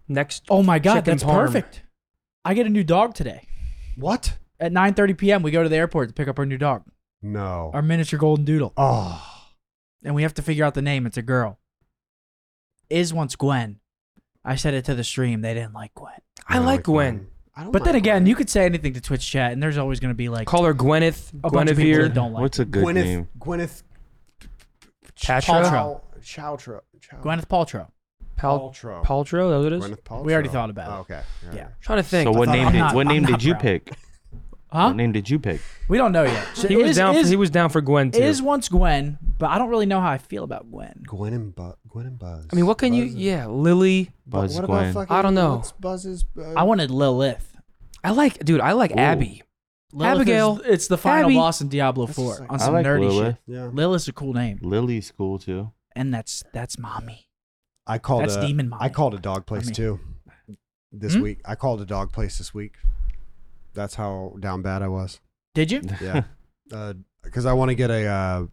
[SPEAKER 1] Next,
[SPEAKER 4] Oh my god,
[SPEAKER 1] Chicken
[SPEAKER 4] that's
[SPEAKER 1] parm.
[SPEAKER 4] perfect. I get a new dog today.
[SPEAKER 3] what?
[SPEAKER 4] At 9:30 p.m., we go to the airport to pick up our new dog,
[SPEAKER 3] No.
[SPEAKER 4] our miniature golden doodle,
[SPEAKER 3] Oh,
[SPEAKER 4] and we have to figure out the name. It's a girl. Is once Gwen. I said it to the stream. They didn't like Gwen.
[SPEAKER 1] I like Gwen.
[SPEAKER 3] I don't
[SPEAKER 4] But then
[SPEAKER 3] like
[SPEAKER 4] again, you could say anything to Twitch chat, and there's always going to be
[SPEAKER 3] Oh,
[SPEAKER 4] like
[SPEAKER 1] Call her Gwyneth,
[SPEAKER 4] a bunch of people
[SPEAKER 1] Guinevere,
[SPEAKER 4] that don't like
[SPEAKER 2] What's a good
[SPEAKER 3] Gwen.
[SPEAKER 2] name?
[SPEAKER 3] Gwyneth, Gwyneth
[SPEAKER 1] Patra,
[SPEAKER 4] Paltrow.
[SPEAKER 3] Chowtra. Chow-
[SPEAKER 4] Gwyneth Paltrow.
[SPEAKER 1] Pal-
[SPEAKER 3] Paltrow.
[SPEAKER 1] Paltrow. That's what it is.
[SPEAKER 3] Gwyneth Paltrow.
[SPEAKER 4] We already thought about it.
[SPEAKER 3] Oh, okay. All
[SPEAKER 4] Yeah.
[SPEAKER 3] right.
[SPEAKER 1] trying to think.
[SPEAKER 2] So what
[SPEAKER 4] thought-
[SPEAKER 2] name
[SPEAKER 4] I'm
[SPEAKER 2] did
[SPEAKER 4] not-
[SPEAKER 2] what
[SPEAKER 4] I'm
[SPEAKER 2] name
[SPEAKER 4] not
[SPEAKER 2] did you
[SPEAKER 4] proud.
[SPEAKER 2] pick?
[SPEAKER 4] Huh?
[SPEAKER 2] What name did you pick?
[SPEAKER 4] We don't know yet. So
[SPEAKER 1] he was
[SPEAKER 4] is,
[SPEAKER 1] down.
[SPEAKER 4] Is,
[SPEAKER 1] he was down for Gwen too.
[SPEAKER 4] is once Gwen, but I don't really know how I feel about Gwen.
[SPEAKER 3] Gwen and Bu- Gwen and Buzz.
[SPEAKER 1] I mean, what can you? Yeah, Lily.
[SPEAKER 2] Buzz
[SPEAKER 3] what
[SPEAKER 2] Gwen.
[SPEAKER 3] About fucking,
[SPEAKER 1] I don't know.
[SPEAKER 3] what's Buzz's? Uh,
[SPEAKER 4] I wanted Lilith.
[SPEAKER 1] I like, dude. I like Abby.
[SPEAKER 4] Lilith
[SPEAKER 1] Abigail.
[SPEAKER 4] is- it's the final
[SPEAKER 1] Abby.
[SPEAKER 4] boss in Diablo
[SPEAKER 3] That's just
[SPEAKER 4] 4
[SPEAKER 3] like-
[SPEAKER 4] on
[SPEAKER 2] I
[SPEAKER 4] some
[SPEAKER 2] like
[SPEAKER 4] nerdy
[SPEAKER 2] Lilith.
[SPEAKER 3] Yeah.
[SPEAKER 4] shit. Lilith's a cool name,
[SPEAKER 2] Lily's cool too.
[SPEAKER 4] and that's that's mommy.
[SPEAKER 3] I called
[SPEAKER 4] That's
[SPEAKER 3] a,
[SPEAKER 4] demon mommy.
[SPEAKER 3] I called a dog place
[SPEAKER 4] I mean-
[SPEAKER 3] too. This
[SPEAKER 4] Hmm?
[SPEAKER 3] week, I called a dog place this week. That's how down bad I was.
[SPEAKER 4] Did you?
[SPEAKER 3] Yeah, because I want to get a uh,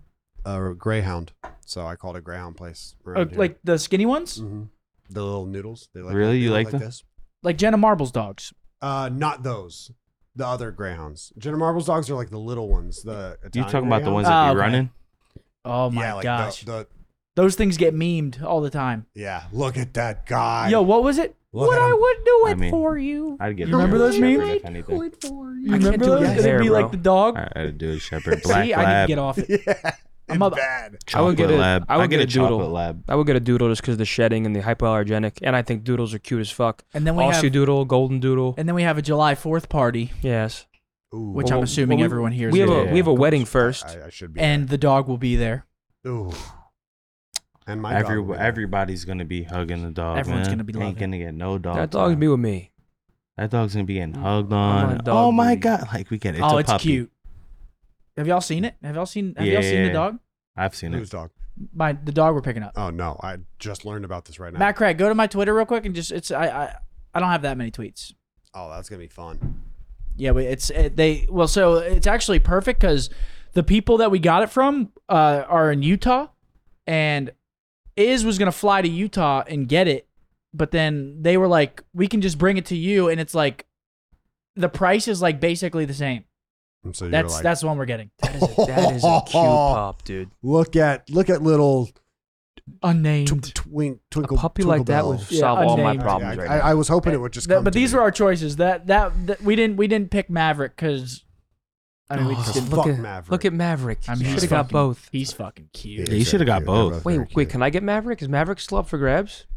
[SPEAKER 3] a greyhound, so I called a greyhound place.
[SPEAKER 4] Uh,
[SPEAKER 3] around here.
[SPEAKER 4] like the skinny ones,
[SPEAKER 3] Mhm. the little noodles. They like
[SPEAKER 2] Mm-hmm. Really?
[SPEAKER 3] they
[SPEAKER 2] You
[SPEAKER 3] look
[SPEAKER 2] like them?
[SPEAKER 3] this?
[SPEAKER 4] like Jenna Marbles dogs.
[SPEAKER 3] Uh, not those. The other greyhounds. Jenna Marbles dogs are like the little ones. The
[SPEAKER 2] You
[SPEAKER 3] Italian
[SPEAKER 2] talking about the
[SPEAKER 3] greyhound.
[SPEAKER 2] ones that
[SPEAKER 4] Ah,
[SPEAKER 2] be
[SPEAKER 4] okay.
[SPEAKER 2] running?
[SPEAKER 4] Oh my
[SPEAKER 3] yeah, like
[SPEAKER 4] gosh,
[SPEAKER 3] The,
[SPEAKER 4] those things get memed all the time.
[SPEAKER 3] the yeah. Look at that guy.
[SPEAKER 4] Yo, what was it?
[SPEAKER 3] Look
[SPEAKER 4] what
[SPEAKER 3] at
[SPEAKER 4] I
[SPEAKER 3] him.
[SPEAKER 4] would do it
[SPEAKER 2] I mean,
[SPEAKER 4] for you.
[SPEAKER 2] I'd get
[SPEAKER 4] You remember
[SPEAKER 2] a
[SPEAKER 4] those
[SPEAKER 2] Shepherd,
[SPEAKER 4] memes?
[SPEAKER 2] if anything.
[SPEAKER 1] I
[SPEAKER 4] You
[SPEAKER 1] can't
[SPEAKER 4] remember
[SPEAKER 1] do
[SPEAKER 4] those?
[SPEAKER 1] it
[SPEAKER 4] It'd
[SPEAKER 1] there,
[SPEAKER 4] be
[SPEAKER 1] bro.
[SPEAKER 4] like the dog.
[SPEAKER 2] I- I'd do a shepherd black
[SPEAKER 4] See, I need to
[SPEAKER 2] lab.
[SPEAKER 4] get off it.
[SPEAKER 3] yeah,
[SPEAKER 4] I'm a-
[SPEAKER 3] bad.
[SPEAKER 1] I would get
[SPEAKER 2] chocolate
[SPEAKER 1] a-
[SPEAKER 2] lab.
[SPEAKER 1] I would
[SPEAKER 2] I'd get,
[SPEAKER 1] get
[SPEAKER 2] a,
[SPEAKER 1] a doodle.
[SPEAKER 2] chocolate lab.
[SPEAKER 1] I would get a doodle just because the shedding and the hypoallergenic, and I think doodles are cute as fuck.
[SPEAKER 4] And then we
[SPEAKER 1] Aussie
[SPEAKER 4] have,
[SPEAKER 1] doodle, golden doodle.
[SPEAKER 4] and then we have a July Fourth party,
[SPEAKER 1] Yes.
[SPEAKER 3] Ooh,
[SPEAKER 4] which
[SPEAKER 1] Well,
[SPEAKER 4] I'm
[SPEAKER 1] well,
[SPEAKER 4] assuming
[SPEAKER 1] well, we-
[SPEAKER 4] everyone here is.
[SPEAKER 1] We have
[SPEAKER 4] gonna
[SPEAKER 1] a
[SPEAKER 4] do.
[SPEAKER 1] we have a wedding first.
[SPEAKER 3] I, I should be.
[SPEAKER 4] and the dog will be there.
[SPEAKER 3] Ooh. And my
[SPEAKER 2] Every,
[SPEAKER 3] dog will be there.
[SPEAKER 2] everybody's gonna be hugging the dog.
[SPEAKER 4] Everyone's
[SPEAKER 2] man.
[SPEAKER 4] gonna be loving
[SPEAKER 2] Ain't gonna get no dog.
[SPEAKER 1] that dog's
[SPEAKER 2] time.
[SPEAKER 1] be with me.
[SPEAKER 2] That dog's gonna be getting
[SPEAKER 1] Mm,
[SPEAKER 2] hugged
[SPEAKER 1] I'm
[SPEAKER 2] on.
[SPEAKER 1] a dog
[SPEAKER 2] Oh my
[SPEAKER 1] lady.
[SPEAKER 2] god! Like we get it's
[SPEAKER 4] oh,
[SPEAKER 2] a
[SPEAKER 4] it's
[SPEAKER 2] puppy.
[SPEAKER 4] cute. Have y'all seen it? Have y'all seen? Have y'all seen the
[SPEAKER 2] Yeah.
[SPEAKER 4] dog?
[SPEAKER 2] I've seen
[SPEAKER 3] Whose
[SPEAKER 2] it.
[SPEAKER 3] dog?
[SPEAKER 4] My the dog we're picking up.
[SPEAKER 3] Oh no, I just learned about this right now.
[SPEAKER 4] Matt Craig, go to my Twitter real quick and just it's I I, I don't have that many tweets.
[SPEAKER 3] oh, that's gonna be fun.
[SPEAKER 4] Yeah, but it's it, they well so it's actually perfect because the people that we got it from uh, are in Utah, and Iz was gonna fly to Utah and get it, but then they were like, we can just bring it to you, and it's like, the price is like basically the same.
[SPEAKER 3] And so
[SPEAKER 4] That's
[SPEAKER 3] you're like,
[SPEAKER 4] that's the one we're getting.
[SPEAKER 1] That is a, that is a cute pup, dude.
[SPEAKER 3] look at look at little tw-
[SPEAKER 4] Unnamed.
[SPEAKER 3] twink
[SPEAKER 1] A
[SPEAKER 3] twinkle
[SPEAKER 1] puppy
[SPEAKER 3] twinkle
[SPEAKER 1] like that
[SPEAKER 3] bell.
[SPEAKER 1] would
[SPEAKER 4] Yeah,
[SPEAKER 1] solve all my
[SPEAKER 4] unnamed.
[SPEAKER 1] problems
[SPEAKER 3] Yeah,
[SPEAKER 1] right
[SPEAKER 3] I,
[SPEAKER 1] now.
[SPEAKER 3] I was hoping it would just
[SPEAKER 4] That-
[SPEAKER 3] come.
[SPEAKER 4] but
[SPEAKER 3] to
[SPEAKER 4] these
[SPEAKER 3] me.
[SPEAKER 4] were our choices. That, that that we didn't we didn't pick Maverick because I mean we
[SPEAKER 1] Oh,
[SPEAKER 4] just didn't.
[SPEAKER 1] look
[SPEAKER 3] fuck
[SPEAKER 1] at
[SPEAKER 3] Maverick.
[SPEAKER 1] Look at Maverick.
[SPEAKER 4] I mean,
[SPEAKER 1] you
[SPEAKER 4] he's
[SPEAKER 1] should have got
[SPEAKER 4] fucking-
[SPEAKER 1] both.
[SPEAKER 4] He's fucking cute.
[SPEAKER 2] Yeah, you should've got both.
[SPEAKER 1] Wait, wait. Can I get Maverick? Is Maverick still up for grabs?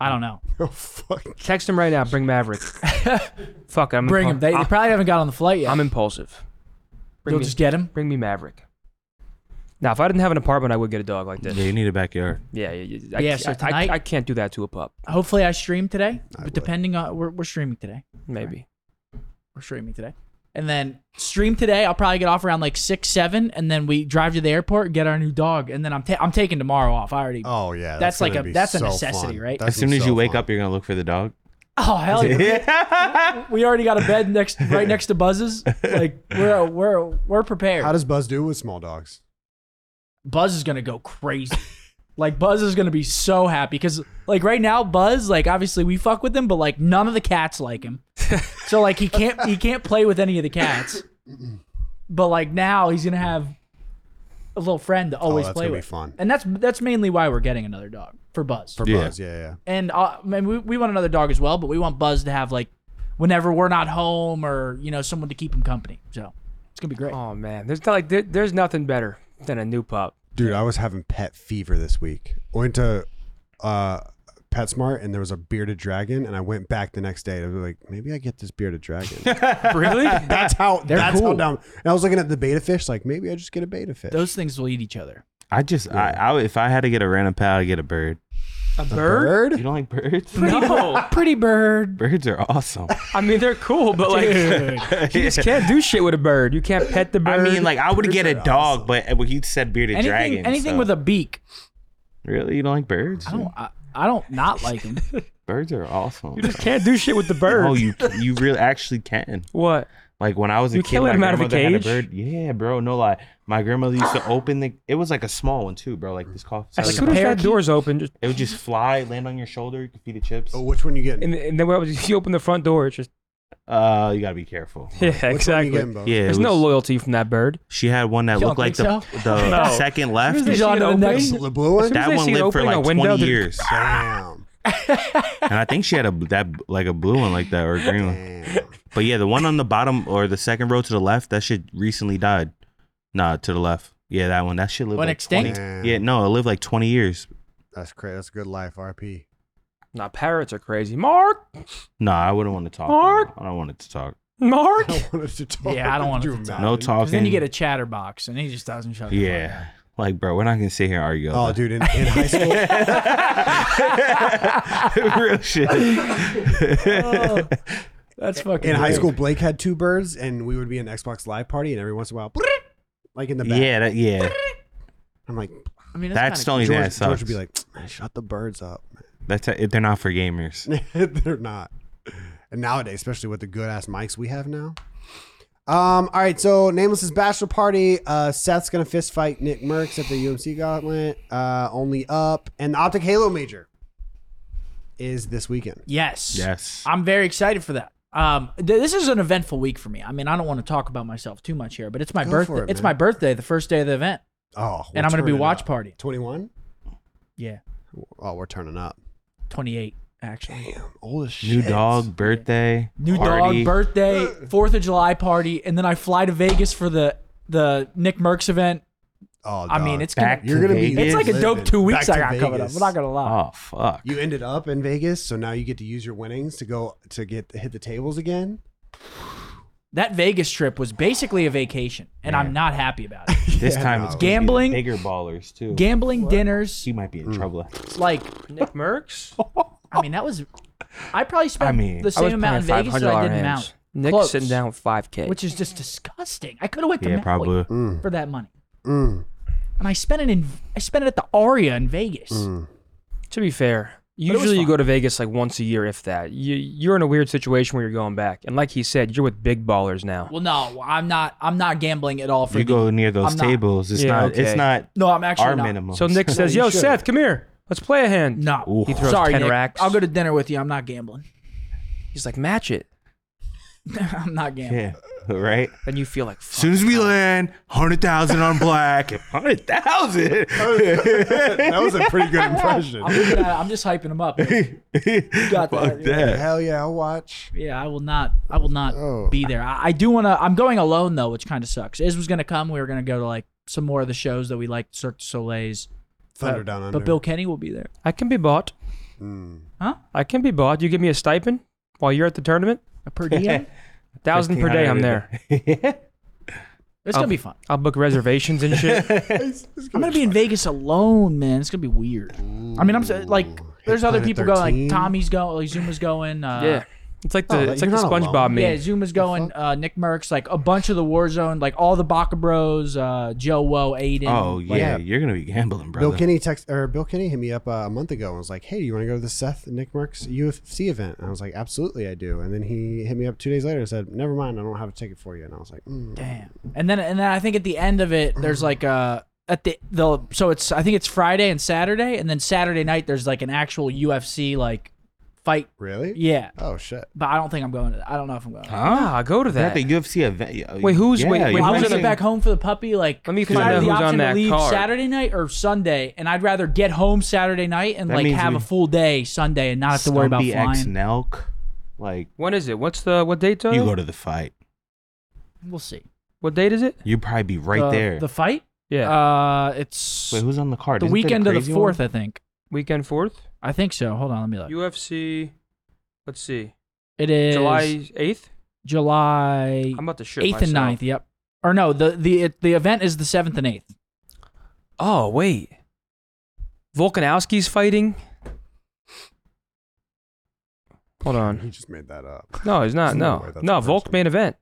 [SPEAKER 4] I don't know.
[SPEAKER 3] oh fuck!
[SPEAKER 1] Text him right now. Bring Maverick. Fuck. I'm
[SPEAKER 4] Bring
[SPEAKER 1] impu-
[SPEAKER 4] him. They, they
[SPEAKER 1] I'm,
[SPEAKER 4] probably haven't got on the flight yet.
[SPEAKER 1] I'm impulsive. Bring
[SPEAKER 4] You'll
[SPEAKER 1] me,
[SPEAKER 4] just get him.
[SPEAKER 1] bring me Maverick. Now, if I didn't have an apartment, I would get a dog like
[SPEAKER 2] Yeah,
[SPEAKER 1] this.
[SPEAKER 2] you need a backyard.
[SPEAKER 1] Yeah, yeah, yeah. I,
[SPEAKER 4] Yeah,
[SPEAKER 1] ca-
[SPEAKER 4] so
[SPEAKER 1] I- I-
[SPEAKER 4] tonight-
[SPEAKER 1] I, can't do that to a pup.
[SPEAKER 4] Hopefully, I stream
[SPEAKER 3] I
[SPEAKER 4] today. but
[SPEAKER 3] would.
[SPEAKER 4] depending on we're, we're streaming today.
[SPEAKER 1] Maybe.
[SPEAKER 4] We're streaming today. And then stream today. I'll probably get off around like six, seven, and then we drive to the airport, get our new dog, and then I'm ta- I'm taking tomorrow off. I already. Oh,
[SPEAKER 3] Oh yeah,
[SPEAKER 4] That's like
[SPEAKER 3] gonna
[SPEAKER 4] a-
[SPEAKER 3] be
[SPEAKER 4] that's a
[SPEAKER 3] so
[SPEAKER 4] necessity,
[SPEAKER 3] fun.
[SPEAKER 4] right?
[SPEAKER 3] That's
[SPEAKER 2] As soon
[SPEAKER 3] gonna be
[SPEAKER 2] as you
[SPEAKER 3] so
[SPEAKER 2] wake
[SPEAKER 3] fun.
[SPEAKER 2] up, you're gonna look for the dog.
[SPEAKER 4] Oh, hell yeah! we already got a bed next, right next to Buzz's. Like we're we're we're prepared.
[SPEAKER 3] how does Buzz do with small dogs?
[SPEAKER 4] Buzz is gonna go crazy. like Buzz is gonna be so happy because like right now Buzz, like obviously we fuck with him, but like none of the cats like him. so like he can't he can't play with any of the cats. But like now he's gonna have a little friend to always
[SPEAKER 3] Oh, that's
[SPEAKER 4] play
[SPEAKER 3] gonna be
[SPEAKER 4] with.
[SPEAKER 3] fun.
[SPEAKER 4] And that's that's mainly why we're getting another dog for Buzz.
[SPEAKER 3] For
[SPEAKER 2] Yeah.
[SPEAKER 3] Buzz, yeah, yeah.
[SPEAKER 4] and uh, I mean, we we want another dog as well, but we want Buzz to have like whenever we're not home or you know someone to keep him company. So it's gonna be great.
[SPEAKER 1] Oh man, there's not like there, there's nothing better than a new pup.
[SPEAKER 3] Dude, I was having pet fever this week. I went to uh, PetSmart and there was a bearded dragon, and I went back the next day. And I was like, maybe I get this bearded dragon.
[SPEAKER 1] really?
[SPEAKER 3] that's how. that's how
[SPEAKER 4] Oh, cool.
[SPEAKER 3] down. And I was looking at the beta fish, like maybe I just get a beta fish.
[SPEAKER 4] Those things will eat each other.
[SPEAKER 2] I just, I, I, if I had to get a random pal, I'd get a bird.
[SPEAKER 1] A bird?
[SPEAKER 3] bird.
[SPEAKER 2] You don't like birds?
[SPEAKER 1] No.
[SPEAKER 4] Pretty bird.
[SPEAKER 2] Birds are awesome.
[SPEAKER 1] I mean, they're cool, but like you just can't do shit with a bird. You can't pet the bird.
[SPEAKER 2] I mean, like I would get a dog, but well, you said bearded
[SPEAKER 4] anything,
[SPEAKER 2] dragon.
[SPEAKER 4] anything
[SPEAKER 2] so-
[SPEAKER 4] with a beak.
[SPEAKER 2] really, you don't like birds?
[SPEAKER 4] I don't. I, I don't not like them.
[SPEAKER 2] Birds are awesome.
[SPEAKER 1] You just can't do shit with the bird.
[SPEAKER 2] Oh, you you really actually can.
[SPEAKER 1] what?
[SPEAKER 2] Like when I was a
[SPEAKER 1] You
[SPEAKER 2] kid,
[SPEAKER 1] kill
[SPEAKER 2] my
[SPEAKER 1] him out of a
[SPEAKER 2] grandmother had a
[SPEAKER 1] cage?
[SPEAKER 2] bird. Yeah, bro, no lie. My grandmother used to open the. It was like a small one too, bro. Like this coffee.
[SPEAKER 1] As
[SPEAKER 2] size
[SPEAKER 1] soon as that
[SPEAKER 4] parakeet?
[SPEAKER 1] door's open, just
[SPEAKER 2] It would just fly, land on your shoulder. You could feed it chips.
[SPEAKER 3] Oh, which one you getting?
[SPEAKER 1] and, and then when I was- you open the front door, it's just
[SPEAKER 2] Uh, you gotta be careful.
[SPEAKER 1] yeah,
[SPEAKER 3] Which one you
[SPEAKER 1] exactly.
[SPEAKER 3] getting, bro?
[SPEAKER 2] Yeah, it
[SPEAKER 1] There's no
[SPEAKER 2] was-
[SPEAKER 1] loyalty from that bird.
[SPEAKER 2] She had one that
[SPEAKER 4] You
[SPEAKER 2] looked
[SPEAKER 4] don't
[SPEAKER 2] like the
[SPEAKER 4] think
[SPEAKER 2] the
[SPEAKER 1] No.
[SPEAKER 2] second
[SPEAKER 1] As
[SPEAKER 2] left.
[SPEAKER 1] soon as they
[SPEAKER 4] on
[SPEAKER 1] see it
[SPEAKER 4] to the
[SPEAKER 1] open,
[SPEAKER 4] next-
[SPEAKER 3] The blue one?
[SPEAKER 1] As soon
[SPEAKER 2] That
[SPEAKER 1] as they
[SPEAKER 2] one
[SPEAKER 1] see it
[SPEAKER 2] lived for
[SPEAKER 1] opening a
[SPEAKER 2] like
[SPEAKER 1] window,
[SPEAKER 2] twenty
[SPEAKER 1] they're-
[SPEAKER 2] years,
[SPEAKER 3] Damn.
[SPEAKER 2] and I think she had a that like a blue one like that or a green one.
[SPEAKER 3] Damn.
[SPEAKER 2] But yeah, the one on the bottom or the second row to the left, that shit recently died. Nah, to the left. Yeah, that one. That shit lived
[SPEAKER 4] Went
[SPEAKER 2] like 20
[SPEAKER 4] extinct?
[SPEAKER 3] Damn.
[SPEAKER 2] Yeah, no, it lived like twenty years.
[SPEAKER 3] That's crazy. That's a good life, RP.
[SPEAKER 1] Now parrots are crazy. Mark,
[SPEAKER 2] No, I wouldn't want to talk.
[SPEAKER 1] Mark?
[SPEAKER 2] I don't want it to talk.
[SPEAKER 1] Mark.
[SPEAKER 3] I wanted to talk.
[SPEAKER 4] Yeah, I don't want
[SPEAKER 3] Could
[SPEAKER 4] it
[SPEAKER 3] you
[SPEAKER 4] to talk.
[SPEAKER 3] imagine?
[SPEAKER 2] No
[SPEAKER 4] 'Cause
[SPEAKER 2] talking.
[SPEAKER 4] then you get a chatterbox, and he just doesn't shut. the fuck
[SPEAKER 2] Yeah, like bro, we're not gonna sit here and argue.
[SPEAKER 3] Oh, dude, in, in high school,
[SPEAKER 2] dude, real shit.
[SPEAKER 4] up. Oh, that's fucking.
[SPEAKER 3] in high
[SPEAKER 4] weird.
[SPEAKER 3] school, Blake had two birds, and we would be in an Xbox Live party, and every once in a while, like in the back.
[SPEAKER 2] yeah, that, yeah.
[SPEAKER 3] I'm like,
[SPEAKER 4] I mean,
[SPEAKER 2] That's the
[SPEAKER 4] kinda-
[SPEAKER 2] only thing that
[SPEAKER 3] George,
[SPEAKER 2] sucks.
[SPEAKER 3] George would be like, "Man, shut the birds up.
[SPEAKER 2] That's a, they're not for gamers.
[SPEAKER 3] They're not. And nowadays, especially with the good ass mics we have now. Um, all right, so Nameless's Bachelor Party. Uh, Seth's gonna fist fight Nick Merckx at the UMC gauntlet. Uh, only up. And the Optic Halo Major is this weekend.
[SPEAKER 4] Yes.
[SPEAKER 2] Yes.
[SPEAKER 4] I'm very excited for that. Um, th- this is an eventful week for me. I mean, I don't want to talk about myself too much here, but it's my
[SPEAKER 3] Go
[SPEAKER 4] birthday.
[SPEAKER 3] for it,
[SPEAKER 4] it's
[SPEAKER 3] man.
[SPEAKER 4] my birthday, the first day of the event,
[SPEAKER 3] Oh,
[SPEAKER 4] and I'm going to be watch party.
[SPEAKER 3] Twenty one.
[SPEAKER 4] Yeah,
[SPEAKER 3] Oh, we're turning up.
[SPEAKER 4] 28 actually.
[SPEAKER 3] Old as shit.
[SPEAKER 2] New dog birthday.
[SPEAKER 4] New
[SPEAKER 2] party.
[SPEAKER 4] dog birthday, Fourth of July party, and then I fly to Vegas for the the Nick Merckx event.
[SPEAKER 3] Oh,
[SPEAKER 4] I mean,
[SPEAKER 3] dog.
[SPEAKER 4] it's
[SPEAKER 2] Back
[SPEAKER 4] gonna,
[SPEAKER 3] you're gonna be.
[SPEAKER 4] it's
[SPEAKER 2] Vegas.
[SPEAKER 4] like a dope two weeks I
[SPEAKER 3] Back to
[SPEAKER 4] got coming up.
[SPEAKER 3] Vegas.
[SPEAKER 4] I'm not gonna lie.
[SPEAKER 2] Oh fuck.
[SPEAKER 3] You ended up in Vegas, so now you get to use your winnings to go to get hit the tables again.
[SPEAKER 4] That Vegas trip was basically a vacation, and I'm not happy about it.
[SPEAKER 2] This
[SPEAKER 3] Yeah,
[SPEAKER 2] time
[SPEAKER 3] no.
[SPEAKER 2] it's gonna be the
[SPEAKER 4] Gambling-
[SPEAKER 2] bigger ballers too.
[SPEAKER 4] Gambling dinners,
[SPEAKER 2] she might be in trouble.
[SPEAKER 4] like
[SPEAKER 1] Nick Merckx.
[SPEAKER 4] I mean, that was. I probably spent
[SPEAKER 2] I mean,
[SPEAKER 4] the
[SPEAKER 1] I was
[SPEAKER 4] same amount in
[SPEAKER 1] playing
[SPEAKER 4] Vegas that I
[SPEAKER 1] $500
[SPEAKER 4] did
[SPEAKER 1] hands.
[SPEAKER 4] in Mount.
[SPEAKER 1] Nick's
[SPEAKER 4] Close.
[SPEAKER 1] sitting down with five k.
[SPEAKER 4] which is just disgusting. I could have went to
[SPEAKER 2] Yeah,
[SPEAKER 4] Maui
[SPEAKER 2] probably.
[SPEAKER 4] for that money,
[SPEAKER 3] Mm.
[SPEAKER 4] and I spent it in I spent it at the Aria in Vegas.
[SPEAKER 3] Mm.
[SPEAKER 1] To be fair,
[SPEAKER 4] was
[SPEAKER 1] usually you
[SPEAKER 4] fun.
[SPEAKER 1] go to Vegas like once a year, if that. You you're in a weird situation where you're going back, and like he said, you're with big ballers now.
[SPEAKER 4] Well, no, I'm not. I'm not gambling at all for
[SPEAKER 2] You
[SPEAKER 4] the-
[SPEAKER 2] go near those
[SPEAKER 4] I'm not-
[SPEAKER 2] tables. It's
[SPEAKER 1] Yeah,
[SPEAKER 2] not.
[SPEAKER 1] okay.
[SPEAKER 2] It's not
[SPEAKER 4] No, I'm actually
[SPEAKER 2] our
[SPEAKER 4] not.
[SPEAKER 2] minimum.
[SPEAKER 1] So Nick says,
[SPEAKER 3] you
[SPEAKER 1] "Yo,
[SPEAKER 3] should.
[SPEAKER 1] Seth, come here. Let's play a hand."
[SPEAKER 4] No,
[SPEAKER 2] Ooh.
[SPEAKER 1] He throws
[SPEAKER 4] sorry,
[SPEAKER 1] 10
[SPEAKER 4] Nick.
[SPEAKER 1] racks.
[SPEAKER 4] I'll go to dinner with you. I'm not gambling.
[SPEAKER 1] He's like, "Match it."
[SPEAKER 4] I'm not gambling.
[SPEAKER 2] yeah, right.
[SPEAKER 1] Then you feel like,
[SPEAKER 2] As soon
[SPEAKER 1] Fuck.
[SPEAKER 2] as we land, hundred thousand on black. Hundred thousand.
[SPEAKER 3] that was a pretty good impression.
[SPEAKER 4] I'm, just, uh, I'm just hyping him up.
[SPEAKER 2] Fuck
[SPEAKER 4] that,
[SPEAKER 2] that.
[SPEAKER 3] Hell yeah, I'll watch.
[SPEAKER 4] Yeah, I will not. I will not
[SPEAKER 3] Oh.
[SPEAKER 4] be there. I, I do want to. I'm going alone though, which kind of sucks. Iz was gonna come. We were gonna go to like some more of the shows that we like, Cirque du Soleil's.
[SPEAKER 3] Thunder
[SPEAKER 4] but-
[SPEAKER 3] down under.
[SPEAKER 4] But Bill Kenny will be there.
[SPEAKER 1] I can be bought.
[SPEAKER 3] Mm.
[SPEAKER 1] I can be bought. You give me a stipend while you're at the tournament,
[SPEAKER 4] A per diem.
[SPEAKER 1] thousand per day. I'm there.
[SPEAKER 4] It's gonna be fun.
[SPEAKER 1] I'll book reservations and shit.
[SPEAKER 4] I'm gonna be in Vegas alone, man. It's gonna be weird. I mean, I'm s- like, there's other
[SPEAKER 3] Planet
[SPEAKER 4] people going.
[SPEAKER 3] 13.
[SPEAKER 4] Like Tommy's going. Like Zuma's going. Uh,
[SPEAKER 1] yeah, it's like the
[SPEAKER 3] Oh,
[SPEAKER 1] it's like the
[SPEAKER 3] you're not
[SPEAKER 1] SpongeBob
[SPEAKER 3] alone.
[SPEAKER 1] meme.
[SPEAKER 4] Yeah, Zuma's going. Uh, Nick Merckx, like a bunch of the Warzone, like all the Baka Bros, uh, Joe Woe, Aiden.
[SPEAKER 2] Oh
[SPEAKER 4] like,
[SPEAKER 2] yeah, you're gonna be gambling, brother.
[SPEAKER 3] Bill Kinney text or Bill Kinney hit me up uh, a month ago and was like, "Hey, do you want to go to the Seth and Nick Merckx UFC event?" And I was like, "Absolutely, I do." And then he hit me up two days later and said, "Never mind, I don't have a ticket for you." And I was like, mm.
[SPEAKER 4] Damn. And then and then I think at the end of it, there's like uh at the the so it's I think it's Friday and Saturday, and then Saturday night there's like an actual UFC like fight.
[SPEAKER 3] "Really?
[SPEAKER 4] Yeah,
[SPEAKER 3] Oh shit!
[SPEAKER 4] but I don't think I'm going. To, I don't know if I'm going. To
[SPEAKER 1] Ah, go to
[SPEAKER 2] Is that
[SPEAKER 1] that.
[SPEAKER 2] the UFC event?
[SPEAKER 1] Wait, who's-
[SPEAKER 2] yeah,
[SPEAKER 1] wait, wait,
[SPEAKER 2] you're
[SPEAKER 1] who's
[SPEAKER 4] I want to
[SPEAKER 1] Imagine-
[SPEAKER 4] get
[SPEAKER 2] fighting-
[SPEAKER 4] back home for the puppy. Like,
[SPEAKER 1] Let me
[SPEAKER 4] 'cause I
[SPEAKER 1] find out
[SPEAKER 4] have the
[SPEAKER 1] who's
[SPEAKER 4] option
[SPEAKER 1] on
[SPEAKER 4] to
[SPEAKER 1] that
[SPEAKER 4] leave
[SPEAKER 1] card.
[SPEAKER 4] Saturday night or Sunday, and I'd rather get home Saturday night and
[SPEAKER 2] That
[SPEAKER 4] like
[SPEAKER 2] means
[SPEAKER 4] have
[SPEAKER 2] we-
[SPEAKER 4] a full day Sunday and not have to worry about
[SPEAKER 2] Stumpy X
[SPEAKER 4] flying.
[SPEAKER 2] Nelk. Like
[SPEAKER 1] When is it? What's the what date?
[SPEAKER 2] you
[SPEAKER 1] Tyler?
[SPEAKER 2] go to the fight,
[SPEAKER 4] We'll see.
[SPEAKER 1] What date is it?
[SPEAKER 2] you'd probably be right
[SPEAKER 4] The-
[SPEAKER 2] there.
[SPEAKER 4] The fight.
[SPEAKER 1] Yeah,
[SPEAKER 4] Uh, it's
[SPEAKER 2] Wait, who's on the card?
[SPEAKER 4] the
[SPEAKER 2] Isn't there
[SPEAKER 4] weekend of the
[SPEAKER 2] crazy
[SPEAKER 4] fourth,
[SPEAKER 2] one?
[SPEAKER 4] I think.
[SPEAKER 1] weekend fourth.
[SPEAKER 4] I think so. Hold on, let me look.
[SPEAKER 1] UFC. Let's see.
[SPEAKER 4] It is
[SPEAKER 1] July eighth.
[SPEAKER 4] July
[SPEAKER 1] I'm about to shit
[SPEAKER 4] eighth and 9th, Yep. Or no, the the it, the event is the seventh and eighth.
[SPEAKER 1] Oh wait, Volkanowski's fighting. Hold
[SPEAKER 3] He
[SPEAKER 1] on.
[SPEAKER 3] just made that up."
[SPEAKER 1] No, he's not.
[SPEAKER 3] There's no way
[SPEAKER 1] No,
[SPEAKER 3] that's
[SPEAKER 1] no.
[SPEAKER 3] a
[SPEAKER 1] Volk
[SPEAKER 3] person.
[SPEAKER 1] main event.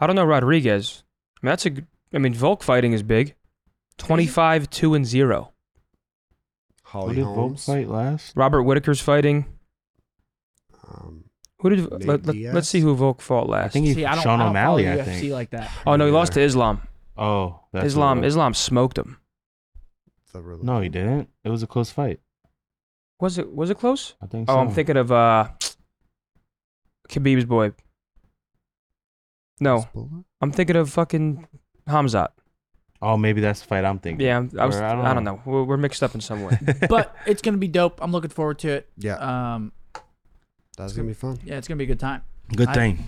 [SPEAKER 1] I don't know Rodriguez. I mean, that's a. g- I mean, Volk fighting is big. Twenty-five two and zero.
[SPEAKER 3] Holly
[SPEAKER 2] What did Volk
[SPEAKER 3] Holmes.
[SPEAKER 2] fight last?
[SPEAKER 1] Robert Whitaker's fighting.
[SPEAKER 3] Um,
[SPEAKER 1] Who did let, let,
[SPEAKER 3] Diaz?
[SPEAKER 1] us see who Volk fought last?
[SPEAKER 2] I think he
[SPEAKER 4] See, I don't,
[SPEAKER 2] Sean
[SPEAKER 4] I don't
[SPEAKER 2] O'Malley.
[SPEAKER 4] follow
[SPEAKER 2] I
[SPEAKER 4] UFC
[SPEAKER 2] think.
[SPEAKER 4] like that.
[SPEAKER 1] oh no, he lost to Islam.
[SPEAKER 2] Oh, that's
[SPEAKER 1] Islam
[SPEAKER 2] what it was.
[SPEAKER 1] Islam smoked him.
[SPEAKER 3] It's a really-
[SPEAKER 2] No, he didn't. It was a close fight.
[SPEAKER 1] Was it was it close?
[SPEAKER 2] I think.
[SPEAKER 1] Oh,
[SPEAKER 2] so.
[SPEAKER 1] I'm thinking of uh Khabib's boy. No,
[SPEAKER 3] Hezbollah?
[SPEAKER 1] I'm thinking of fucking Hamzat.
[SPEAKER 2] Oh, maybe that's the fight I'm thinking.
[SPEAKER 1] Yeah, I, was,
[SPEAKER 2] Or
[SPEAKER 1] I don't know. We're, we're mixed up in some way.
[SPEAKER 4] But it's gonna be dope. I'm looking forward to it.
[SPEAKER 3] Yeah,
[SPEAKER 4] Um,
[SPEAKER 3] that's gonna be fun.
[SPEAKER 4] yeah, it's gonna be a good time.
[SPEAKER 2] Good
[SPEAKER 4] I-
[SPEAKER 2] thing.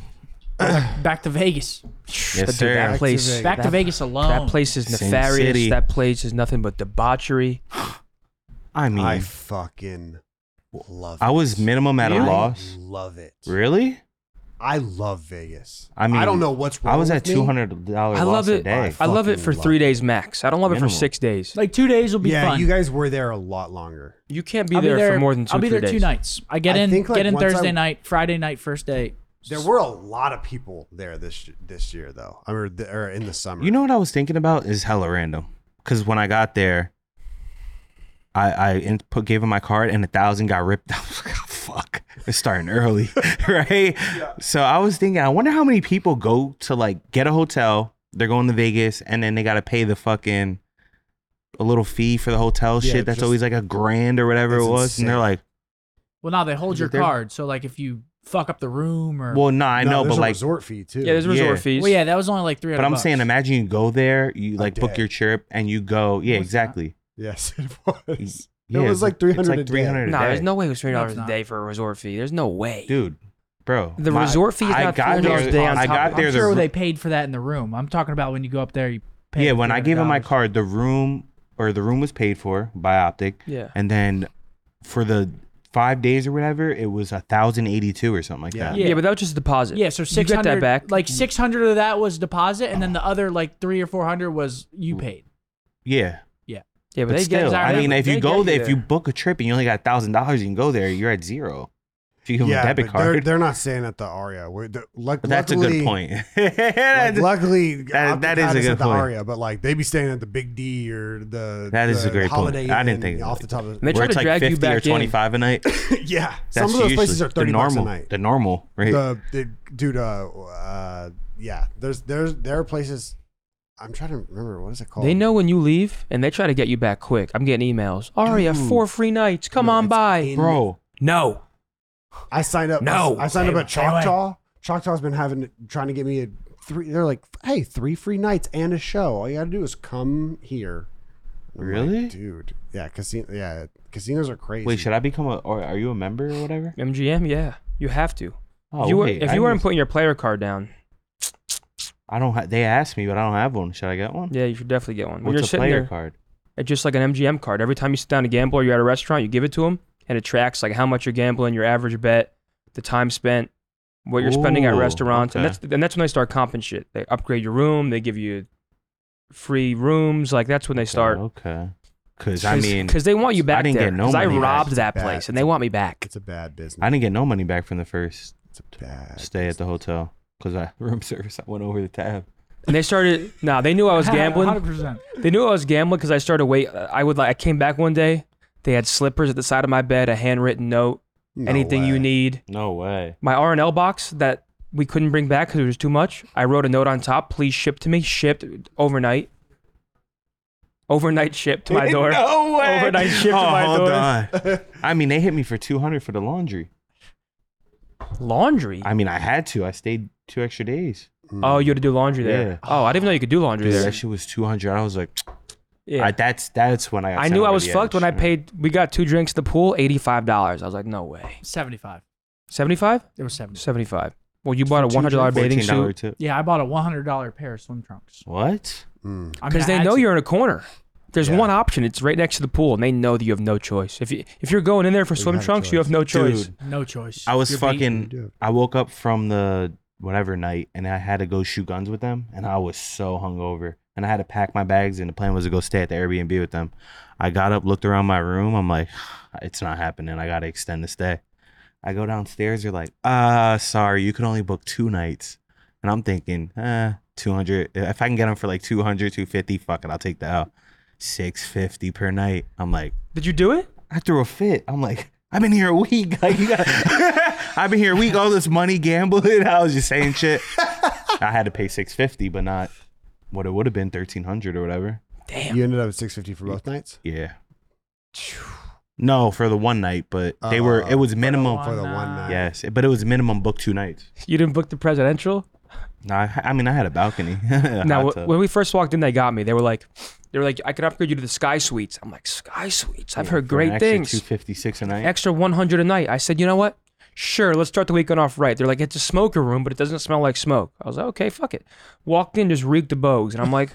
[SPEAKER 4] Back to Vegas.
[SPEAKER 1] But dude,
[SPEAKER 2] Yes,
[SPEAKER 1] that
[SPEAKER 2] sir.
[SPEAKER 1] place.
[SPEAKER 3] Vegas.
[SPEAKER 4] Back
[SPEAKER 1] that,
[SPEAKER 4] to Vegas alone.
[SPEAKER 1] That place is
[SPEAKER 2] Sin
[SPEAKER 1] nefarious.
[SPEAKER 2] City.
[SPEAKER 1] That place is nothing but debauchery.
[SPEAKER 2] I mean,
[SPEAKER 3] I
[SPEAKER 2] I,
[SPEAKER 3] fucking love.
[SPEAKER 2] was
[SPEAKER 3] it.
[SPEAKER 2] minimum at a
[SPEAKER 4] You-
[SPEAKER 2] loss.
[SPEAKER 3] Love it.
[SPEAKER 2] Really?
[SPEAKER 3] I love Vegas.
[SPEAKER 2] I mean,
[SPEAKER 3] I don't know what's wrong.
[SPEAKER 2] I was
[SPEAKER 3] with
[SPEAKER 2] at
[SPEAKER 3] me.
[SPEAKER 2] two hundred dollars.
[SPEAKER 1] I love
[SPEAKER 2] a
[SPEAKER 1] it.
[SPEAKER 2] Day.
[SPEAKER 1] I love it
[SPEAKER 3] Fucking
[SPEAKER 1] for
[SPEAKER 3] love
[SPEAKER 1] three
[SPEAKER 3] it.
[SPEAKER 1] days max. I don't love it
[SPEAKER 2] Minimum.
[SPEAKER 1] for six days.
[SPEAKER 4] Like two days will be
[SPEAKER 3] Yeah,
[SPEAKER 4] fun.
[SPEAKER 3] you guys were there a lot longer.
[SPEAKER 1] You can't be
[SPEAKER 4] I'll be
[SPEAKER 1] there, for more than two.
[SPEAKER 4] I'll be
[SPEAKER 1] three
[SPEAKER 4] there two
[SPEAKER 1] days.
[SPEAKER 4] nights. I get
[SPEAKER 3] I
[SPEAKER 4] in.
[SPEAKER 3] think, like,
[SPEAKER 4] get in
[SPEAKER 3] once I-
[SPEAKER 4] Thursday night, Friday night, first day.
[SPEAKER 3] There were a lot of people there this this year though. I mean, th- or in the summer.
[SPEAKER 2] You know what I was thinking about is hella random. Because when I got there, I I in- put gave him my card and a thousand got ripped. I was like, "Oh, fuck, it's starting early, right? So I was thinking, I wonder how many people go to like get a hotel. They're going to Vegas and then they got to pay the fucking a little fee for the hotel
[SPEAKER 3] Yeah,
[SPEAKER 2] shit. That's
[SPEAKER 3] just-
[SPEAKER 2] always like a grand or whatever it
[SPEAKER 3] That's
[SPEAKER 2] was. And they're
[SPEAKER 3] insane.
[SPEAKER 2] like,
[SPEAKER 4] Well, now they hold your
[SPEAKER 2] They're-
[SPEAKER 4] card. So like, if you fuck up the room or
[SPEAKER 2] well, nah, I
[SPEAKER 3] No,
[SPEAKER 2] know,
[SPEAKER 3] there's
[SPEAKER 2] but
[SPEAKER 3] a
[SPEAKER 2] like,
[SPEAKER 3] resort fee too.
[SPEAKER 1] Yeah, there's resort
[SPEAKER 2] Yeah.
[SPEAKER 1] fees.
[SPEAKER 4] well, yeah, that was only like three.
[SPEAKER 2] but I'm saying, imagine you go there, you like book
[SPEAKER 3] day.
[SPEAKER 2] your trip and you go. Yeah,
[SPEAKER 4] No, it's not.
[SPEAKER 2] exactly.
[SPEAKER 3] yes, it was.
[SPEAKER 2] Yeah,
[SPEAKER 3] was like
[SPEAKER 2] it's
[SPEAKER 3] 300 a
[SPEAKER 2] like
[SPEAKER 3] day.
[SPEAKER 2] 300 a
[SPEAKER 1] No,
[SPEAKER 2] day.
[SPEAKER 1] there's no way it was three
[SPEAKER 4] No, it's
[SPEAKER 1] dollars
[SPEAKER 4] not.
[SPEAKER 1] a day for a resort fee. There's no way.
[SPEAKER 2] dude, bro.
[SPEAKER 1] The resort fee is
[SPEAKER 2] I
[SPEAKER 1] not
[SPEAKER 2] got
[SPEAKER 1] $300
[SPEAKER 2] there-
[SPEAKER 1] a day on
[SPEAKER 2] I
[SPEAKER 1] top
[SPEAKER 2] got
[SPEAKER 1] of it.
[SPEAKER 2] there.
[SPEAKER 4] I'm
[SPEAKER 2] the
[SPEAKER 4] sure
[SPEAKER 2] ru-
[SPEAKER 4] they paid for that in the room. I'm talking about when you go up there. You pay
[SPEAKER 2] yeah, when I gave him my
[SPEAKER 4] $300.
[SPEAKER 2] card, the room or the room was paid for by Optic,
[SPEAKER 1] Yeah.
[SPEAKER 2] and then for the five days or whatever, it was a thousand eighty two or something like
[SPEAKER 3] Yeah.
[SPEAKER 2] that.
[SPEAKER 1] yeah.
[SPEAKER 4] Yeah.
[SPEAKER 1] but that was just a deposit.
[SPEAKER 4] Yeah, so
[SPEAKER 1] You
[SPEAKER 4] six
[SPEAKER 1] get that
[SPEAKER 4] hundred
[SPEAKER 1] back.
[SPEAKER 4] Like six hundred of that was deposit, and then the other like three or four hundred was you paid.
[SPEAKER 2] Yeah,
[SPEAKER 1] yeah, but,
[SPEAKER 2] but
[SPEAKER 1] they
[SPEAKER 2] still,
[SPEAKER 1] get.
[SPEAKER 4] I
[SPEAKER 2] I mean,
[SPEAKER 1] remember,
[SPEAKER 2] if
[SPEAKER 1] they
[SPEAKER 2] you go
[SPEAKER 1] get
[SPEAKER 2] there, if you book a trip and you only got thousand dollars, you can go there. You're at zero. If you give them
[SPEAKER 3] yeah,
[SPEAKER 2] a debit
[SPEAKER 3] but They're,
[SPEAKER 2] card,
[SPEAKER 3] they're not staying at the Aria. We're, they're- luck-
[SPEAKER 2] but that's a
[SPEAKER 3] luckily-
[SPEAKER 2] good point.
[SPEAKER 3] Like, luckily,
[SPEAKER 2] that- that is
[SPEAKER 3] Opticon
[SPEAKER 2] a
[SPEAKER 3] at
[SPEAKER 2] good
[SPEAKER 3] the
[SPEAKER 2] point.
[SPEAKER 3] Aria, but like they be staying at the Big D or the
[SPEAKER 2] That is
[SPEAKER 3] the
[SPEAKER 2] a great point.
[SPEAKER 3] Holiday
[SPEAKER 2] I didn't
[SPEAKER 3] Inn
[SPEAKER 2] think of
[SPEAKER 3] off
[SPEAKER 2] it.
[SPEAKER 3] the top of
[SPEAKER 1] And they try
[SPEAKER 2] Where
[SPEAKER 1] to
[SPEAKER 2] it's like
[SPEAKER 1] drag you
[SPEAKER 2] fifty or
[SPEAKER 1] back in.
[SPEAKER 2] twenty five a night.
[SPEAKER 3] yeah.
[SPEAKER 2] That's
[SPEAKER 3] Some of those
[SPEAKER 2] usually
[SPEAKER 3] places are
[SPEAKER 2] the
[SPEAKER 3] thirty bucks
[SPEAKER 2] normal,
[SPEAKER 3] a night.
[SPEAKER 2] The normal, right?
[SPEAKER 3] the, the dude uh, uh yeah there's there's there are places i'm trying to remember what is it called
[SPEAKER 1] They know when you leave, and they try to get you back quick. I'm getting emails. Aria,
[SPEAKER 2] Dude.
[SPEAKER 1] four free nights. Come
[SPEAKER 3] No,
[SPEAKER 1] on
[SPEAKER 3] it's
[SPEAKER 1] by.
[SPEAKER 3] in-
[SPEAKER 2] bro.
[SPEAKER 1] no.
[SPEAKER 3] i signed up
[SPEAKER 1] No.
[SPEAKER 3] i signed up at
[SPEAKER 4] Stay away.
[SPEAKER 3] choctaw choctaw's been having trying to get me a three they're like hey three free nights and a show all you gotta do is come here I'm like,
[SPEAKER 2] Really?
[SPEAKER 3] dude yeah casino yeah casinos are crazy
[SPEAKER 2] Wait, should I become a? Or are you a member or whatever?
[SPEAKER 1] MGM, yeah, you have to.
[SPEAKER 2] Oh,
[SPEAKER 1] if you, were,
[SPEAKER 2] wait,
[SPEAKER 1] if
[SPEAKER 2] I
[SPEAKER 1] you weren't
[SPEAKER 2] missed-
[SPEAKER 1] putting your player card down,
[SPEAKER 2] I don't. Ha- they asked me, but I don't have one. Should I get one?
[SPEAKER 1] yeah, you should definitely get one. When
[SPEAKER 2] What's
[SPEAKER 1] you're
[SPEAKER 2] a
[SPEAKER 1] sitting
[SPEAKER 2] player
[SPEAKER 1] there,
[SPEAKER 2] card?
[SPEAKER 1] it's just like an MGM card. Every time you sit down to gamble or you're at a restaurant, you give it to them, and it tracks like how much you're gambling, your average bet, the time spent, what you're spending at
[SPEAKER 2] Ooh,
[SPEAKER 1] restaurants, and
[SPEAKER 2] okay.
[SPEAKER 1] that's and that's when they start comping shit. They upgrade your room, they give you free rooms, like that's when they start.
[SPEAKER 2] Oh, Okay. Because I mean,
[SPEAKER 1] because they want you back
[SPEAKER 2] I didn't
[SPEAKER 1] there.
[SPEAKER 2] get no
[SPEAKER 1] 'cause I
[SPEAKER 2] money back.
[SPEAKER 1] robbed that
[SPEAKER 3] Bad.
[SPEAKER 1] place, and they want me back.
[SPEAKER 3] it's a bad business
[SPEAKER 2] I didn't get no money back from the first
[SPEAKER 3] it's a bad
[SPEAKER 2] stay at the hotel because I room service. I went over the tab.
[SPEAKER 1] And they started. Nah, they knew I was gambling.
[SPEAKER 4] 100%.
[SPEAKER 1] They knew I was gambling because I started wait. I would like. I came back one day. They had slippers at the side of my bed, a handwritten note,
[SPEAKER 3] No
[SPEAKER 1] anything
[SPEAKER 3] way.
[SPEAKER 1] you need.
[SPEAKER 2] No way.
[SPEAKER 1] My R and L box that we couldn't bring back because it was too much. I wrote a note on top. Please ship to me. Shipped overnight. Overnight shipped to my door.
[SPEAKER 2] no way.
[SPEAKER 1] Overnight shipped to
[SPEAKER 2] oh,
[SPEAKER 1] my
[SPEAKER 2] hold
[SPEAKER 1] door.
[SPEAKER 2] on. I mean, they hit me for two hundred for the laundry.
[SPEAKER 1] Laundry.
[SPEAKER 2] I mean, I had to. I stayed two extra days.
[SPEAKER 3] Mm,
[SPEAKER 1] oh, you had to do laundry there.
[SPEAKER 2] Yeah.
[SPEAKER 1] Oh, I didn't even know you could do laundry
[SPEAKER 2] Dude,
[SPEAKER 1] there.
[SPEAKER 2] that shit was two hundred. I was like,
[SPEAKER 1] Yeah.
[SPEAKER 2] I, that's that's when I. Got
[SPEAKER 1] I
[SPEAKER 2] sent
[SPEAKER 1] knew I
[SPEAKER 2] over
[SPEAKER 1] was
[SPEAKER 2] the
[SPEAKER 1] fucked when I
[SPEAKER 2] edge.
[SPEAKER 1] paid. We got two drinks at the pool, eighty-five dollars. I was like, no way.
[SPEAKER 4] Seventy-five.
[SPEAKER 1] Seventy-five.
[SPEAKER 4] It was seventy.
[SPEAKER 1] Seventy-five. Well, you bought a
[SPEAKER 3] two
[SPEAKER 1] one hundred dollar bathing
[SPEAKER 2] $14
[SPEAKER 1] suit
[SPEAKER 2] tip.
[SPEAKER 4] Yeah, I bought a one hundred dollar pair of swim trunks.
[SPEAKER 2] What?
[SPEAKER 3] Mm.
[SPEAKER 4] I mean,
[SPEAKER 1] because
[SPEAKER 4] I
[SPEAKER 1] they
[SPEAKER 4] had
[SPEAKER 1] know
[SPEAKER 4] to.
[SPEAKER 1] you're in a corner. There's
[SPEAKER 3] Yeah.
[SPEAKER 1] one option. It's right next to the pool, and they know that you have no choice. If you if you're going in there for
[SPEAKER 3] You
[SPEAKER 1] swim
[SPEAKER 3] have a
[SPEAKER 1] trunks, you
[SPEAKER 3] choice.
[SPEAKER 1] have no choice.
[SPEAKER 2] Dude,
[SPEAKER 4] no choice.
[SPEAKER 2] I was
[SPEAKER 4] You're beat.
[SPEAKER 2] fucking.
[SPEAKER 3] You do.
[SPEAKER 2] I woke up from the whatever night and I had to go shoot guns with them, and I was so hungover. And I had to pack my bags, and the plan was to go stay at the Airbnb with them. I got up, looked around my room. I'm like, it's not happening. I got to extend the stay. I go downstairs. They're like, ah, sorry, you can only book two nights. And I'm thinking, eh, 200. If I can get them for like 200, 250, fuck it, I'll take the L. 650 per night. I'm like,
[SPEAKER 1] Did you do it?
[SPEAKER 2] I threw a fit. I'm like, I've been here a week. Like, you got I've been here a week, all this money gambling. I was just saying shit. I had to pay six fifty, but not what it would have been thirteen hundred or whatever.
[SPEAKER 3] You ended up at six fifty for both nights.
[SPEAKER 2] Yeah. No, for the one night, but they were.
[SPEAKER 3] Uh,
[SPEAKER 2] It was minimum.
[SPEAKER 3] For the one night.
[SPEAKER 2] Yes, but it was minimum book two nights.
[SPEAKER 1] You didn't book the presidential?
[SPEAKER 2] No, I, I mean I had a balcony. a
[SPEAKER 1] Now,
[SPEAKER 2] hot
[SPEAKER 1] wh-
[SPEAKER 2] tub.
[SPEAKER 1] when we first walked in, they got me. They were like, they were like, I could upgrade you to the Sky Suites. I'm like, Sky Suites. I've heard great
[SPEAKER 2] Two
[SPEAKER 1] things.
[SPEAKER 2] fifty six a night.
[SPEAKER 1] Extra 100 a night. I said, you know what? Sure, let's start the weekend off right. They're like, it's a smoker room, but it doesn't smell like smoke. I was like, okay, fuck it. Walked in, just reeked of bogues, and I'm like,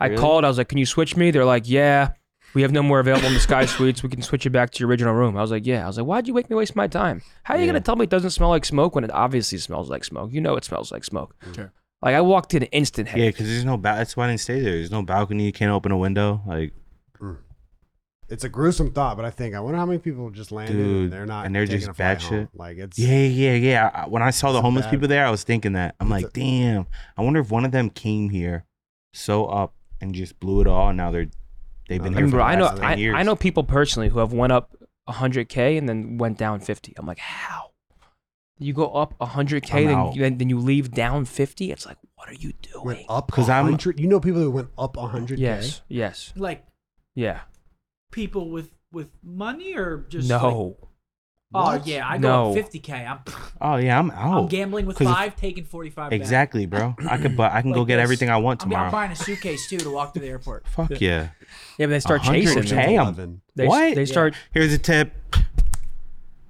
[SPEAKER 1] I
[SPEAKER 2] Really?
[SPEAKER 1] called. I was like, can you switch me? They're like, yeah. We have no more available in the Sky Suites. We can switch you back to your original room. I was like, yeah. I was like, why'd you make me waste my time? How are you
[SPEAKER 2] Yeah.
[SPEAKER 1] gonna tell me it doesn't smell like smoke when it obviously smells like smoke? You know it smells like smoke.
[SPEAKER 4] Sure.
[SPEAKER 1] Like I walked in instant head.
[SPEAKER 2] Yeah, because there's no. Ba- that's why I didn't stay there. There's no balcony. You can't open a window. Like,
[SPEAKER 3] It's a gruesome thought, but I think I wonder how many people just landed
[SPEAKER 2] Dude,
[SPEAKER 3] and they're not
[SPEAKER 2] and they're
[SPEAKER 3] taking
[SPEAKER 2] just
[SPEAKER 3] a flight
[SPEAKER 2] batshit.
[SPEAKER 3] home. Like it's
[SPEAKER 2] yeah, yeah, yeah. I, when I saw the
[SPEAKER 3] It's
[SPEAKER 2] homeless
[SPEAKER 3] bad.
[SPEAKER 2] people there, I was thinking that. I'm
[SPEAKER 3] It's
[SPEAKER 2] like, damn. I wonder if one of them came here, so up and just blew it all. And now they're they've
[SPEAKER 3] No,
[SPEAKER 2] been
[SPEAKER 3] they're
[SPEAKER 1] I mean,
[SPEAKER 2] here for
[SPEAKER 1] bro,
[SPEAKER 2] the
[SPEAKER 1] I know
[SPEAKER 2] last 10
[SPEAKER 1] I,
[SPEAKER 2] years.
[SPEAKER 1] I know people personally who have went up 100k and then went down 50. I'm like, how? You go up 100k,
[SPEAKER 2] I'm
[SPEAKER 1] then,
[SPEAKER 2] out.
[SPEAKER 1] then then you leave down 50. It's like, what are you
[SPEAKER 3] went
[SPEAKER 1] doing?
[SPEAKER 3] up
[SPEAKER 2] 'Cause
[SPEAKER 3] because
[SPEAKER 2] I'm-
[SPEAKER 3] I'm you know people who went up hundred.
[SPEAKER 1] Yes, yes,
[SPEAKER 4] Like
[SPEAKER 1] yeah.
[SPEAKER 4] people with with money or just like-
[SPEAKER 1] no,
[SPEAKER 4] oh
[SPEAKER 3] What?
[SPEAKER 4] yeah, I
[SPEAKER 1] No.
[SPEAKER 4] go up 50k. I'm
[SPEAKER 2] Oh yeah, I'm out.
[SPEAKER 4] I'm gambling with
[SPEAKER 2] 'Cause if-
[SPEAKER 4] five, taking 45. back.
[SPEAKER 2] Exactly, bro. I could. buy I can go
[SPEAKER 4] Like
[SPEAKER 2] get
[SPEAKER 4] this.
[SPEAKER 2] everything I want
[SPEAKER 4] I'm, I'm
[SPEAKER 2] tomorrow.
[SPEAKER 4] buying a suitcase too to walk to the airport.
[SPEAKER 2] Fuck yeah.
[SPEAKER 1] yeah. But they start chasing.
[SPEAKER 2] 100K?
[SPEAKER 1] them.
[SPEAKER 2] Damn.
[SPEAKER 1] They,
[SPEAKER 2] What?
[SPEAKER 1] They start.
[SPEAKER 2] Here's a tip.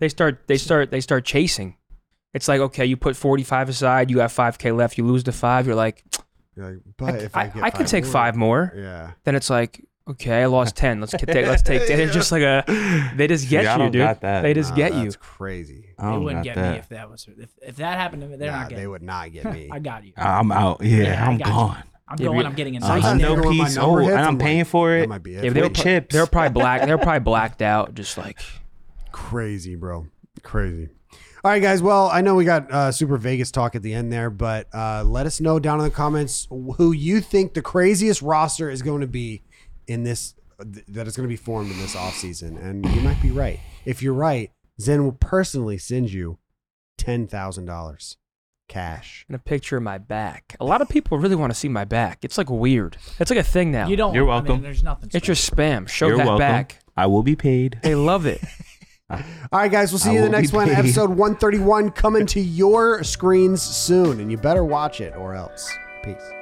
[SPEAKER 1] They start. They start. They start chasing. It's like okay, you put 45 aside. You have 5k left. You lose the five. You're like,
[SPEAKER 3] You're like,
[SPEAKER 1] I,
[SPEAKER 3] but
[SPEAKER 1] c-
[SPEAKER 3] if
[SPEAKER 1] I,
[SPEAKER 3] I, get
[SPEAKER 1] I could
[SPEAKER 3] five
[SPEAKER 1] take
[SPEAKER 3] more,
[SPEAKER 1] five more.
[SPEAKER 3] Yeah.
[SPEAKER 1] Then it's like, okay, I lost 10. Let's get. Take, let's take. 10. It's just like a. They just get
[SPEAKER 2] See, I
[SPEAKER 1] you,
[SPEAKER 2] don't
[SPEAKER 1] dude.
[SPEAKER 2] got that.
[SPEAKER 1] They just
[SPEAKER 3] Nah,
[SPEAKER 1] get you.
[SPEAKER 3] that's crazy.
[SPEAKER 2] I
[SPEAKER 4] they
[SPEAKER 2] don't
[SPEAKER 4] wouldn't
[SPEAKER 2] got
[SPEAKER 4] get
[SPEAKER 2] that.
[SPEAKER 4] me if that was if, if that happened to me. They're
[SPEAKER 3] Nah,
[SPEAKER 4] not
[SPEAKER 3] they
[SPEAKER 4] getting.
[SPEAKER 3] would not get me.
[SPEAKER 4] I got you.
[SPEAKER 2] I'm out. Uh, Yeah,
[SPEAKER 4] I
[SPEAKER 2] I'm
[SPEAKER 4] got you.
[SPEAKER 2] gone.
[SPEAKER 4] I'm
[SPEAKER 1] Yeah,
[SPEAKER 4] going.
[SPEAKER 1] but-
[SPEAKER 4] I'm getting
[SPEAKER 2] Uh-huh.
[SPEAKER 4] inside.
[SPEAKER 3] Sometimes they
[SPEAKER 2] No
[SPEAKER 3] know where my
[SPEAKER 2] peace.
[SPEAKER 3] number
[SPEAKER 2] Oh,
[SPEAKER 3] hits,
[SPEAKER 2] and I'm
[SPEAKER 3] like,
[SPEAKER 2] paying for
[SPEAKER 3] that
[SPEAKER 2] it.
[SPEAKER 3] might be
[SPEAKER 1] Yeah, but they were
[SPEAKER 2] With
[SPEAKER 1] pro-
[SPEAKER 2] chips.
[SPEAKER 1] They were probably black. They were probably blacked out. Just like
[SPEAKER 3] crazy, bro. Crazy. All right, guys. Well, I know we got uh, super Vegas talk at the end there, but uh, let us know down in the comments who you think the craziest roster is going to be in this, th- that is going to be formed in this offseason. And you might be right. If you're right, Zen will personally send you $10,000 cash.
[SPEAKER 1] in a picture of my back. A lot of people really want to see my back. It's like weird. It's like a thing now.
[SPEAKER 4] You don't.
[SPEAKER 2] You're
[SPEAKER 4] I mean,
[SPEAKER 2] welcome.
[SPEAKER 4] there's nothing.
[SPEAKER 1] It's your spam. Show
[SPEAKER 2] You're
[SPEAKER 1] that
[SPEAKER 2] welcome.
[SPEAKER 1] back.
[SPEAKER 2] I will be paid.
[SPEAKER 1] They love it.
[SPEAKER 3] All right, guys. We'll see
[SPEAKER 2] I
[SPEAKER 3] you in the
[SPEAKER 2] will be
[SPEAKER 3] next one.
[SPEAKER 2] paid.
[SPEAKER 3] Episode 131 coming to your screens soon. And you better watch it or else. Peace.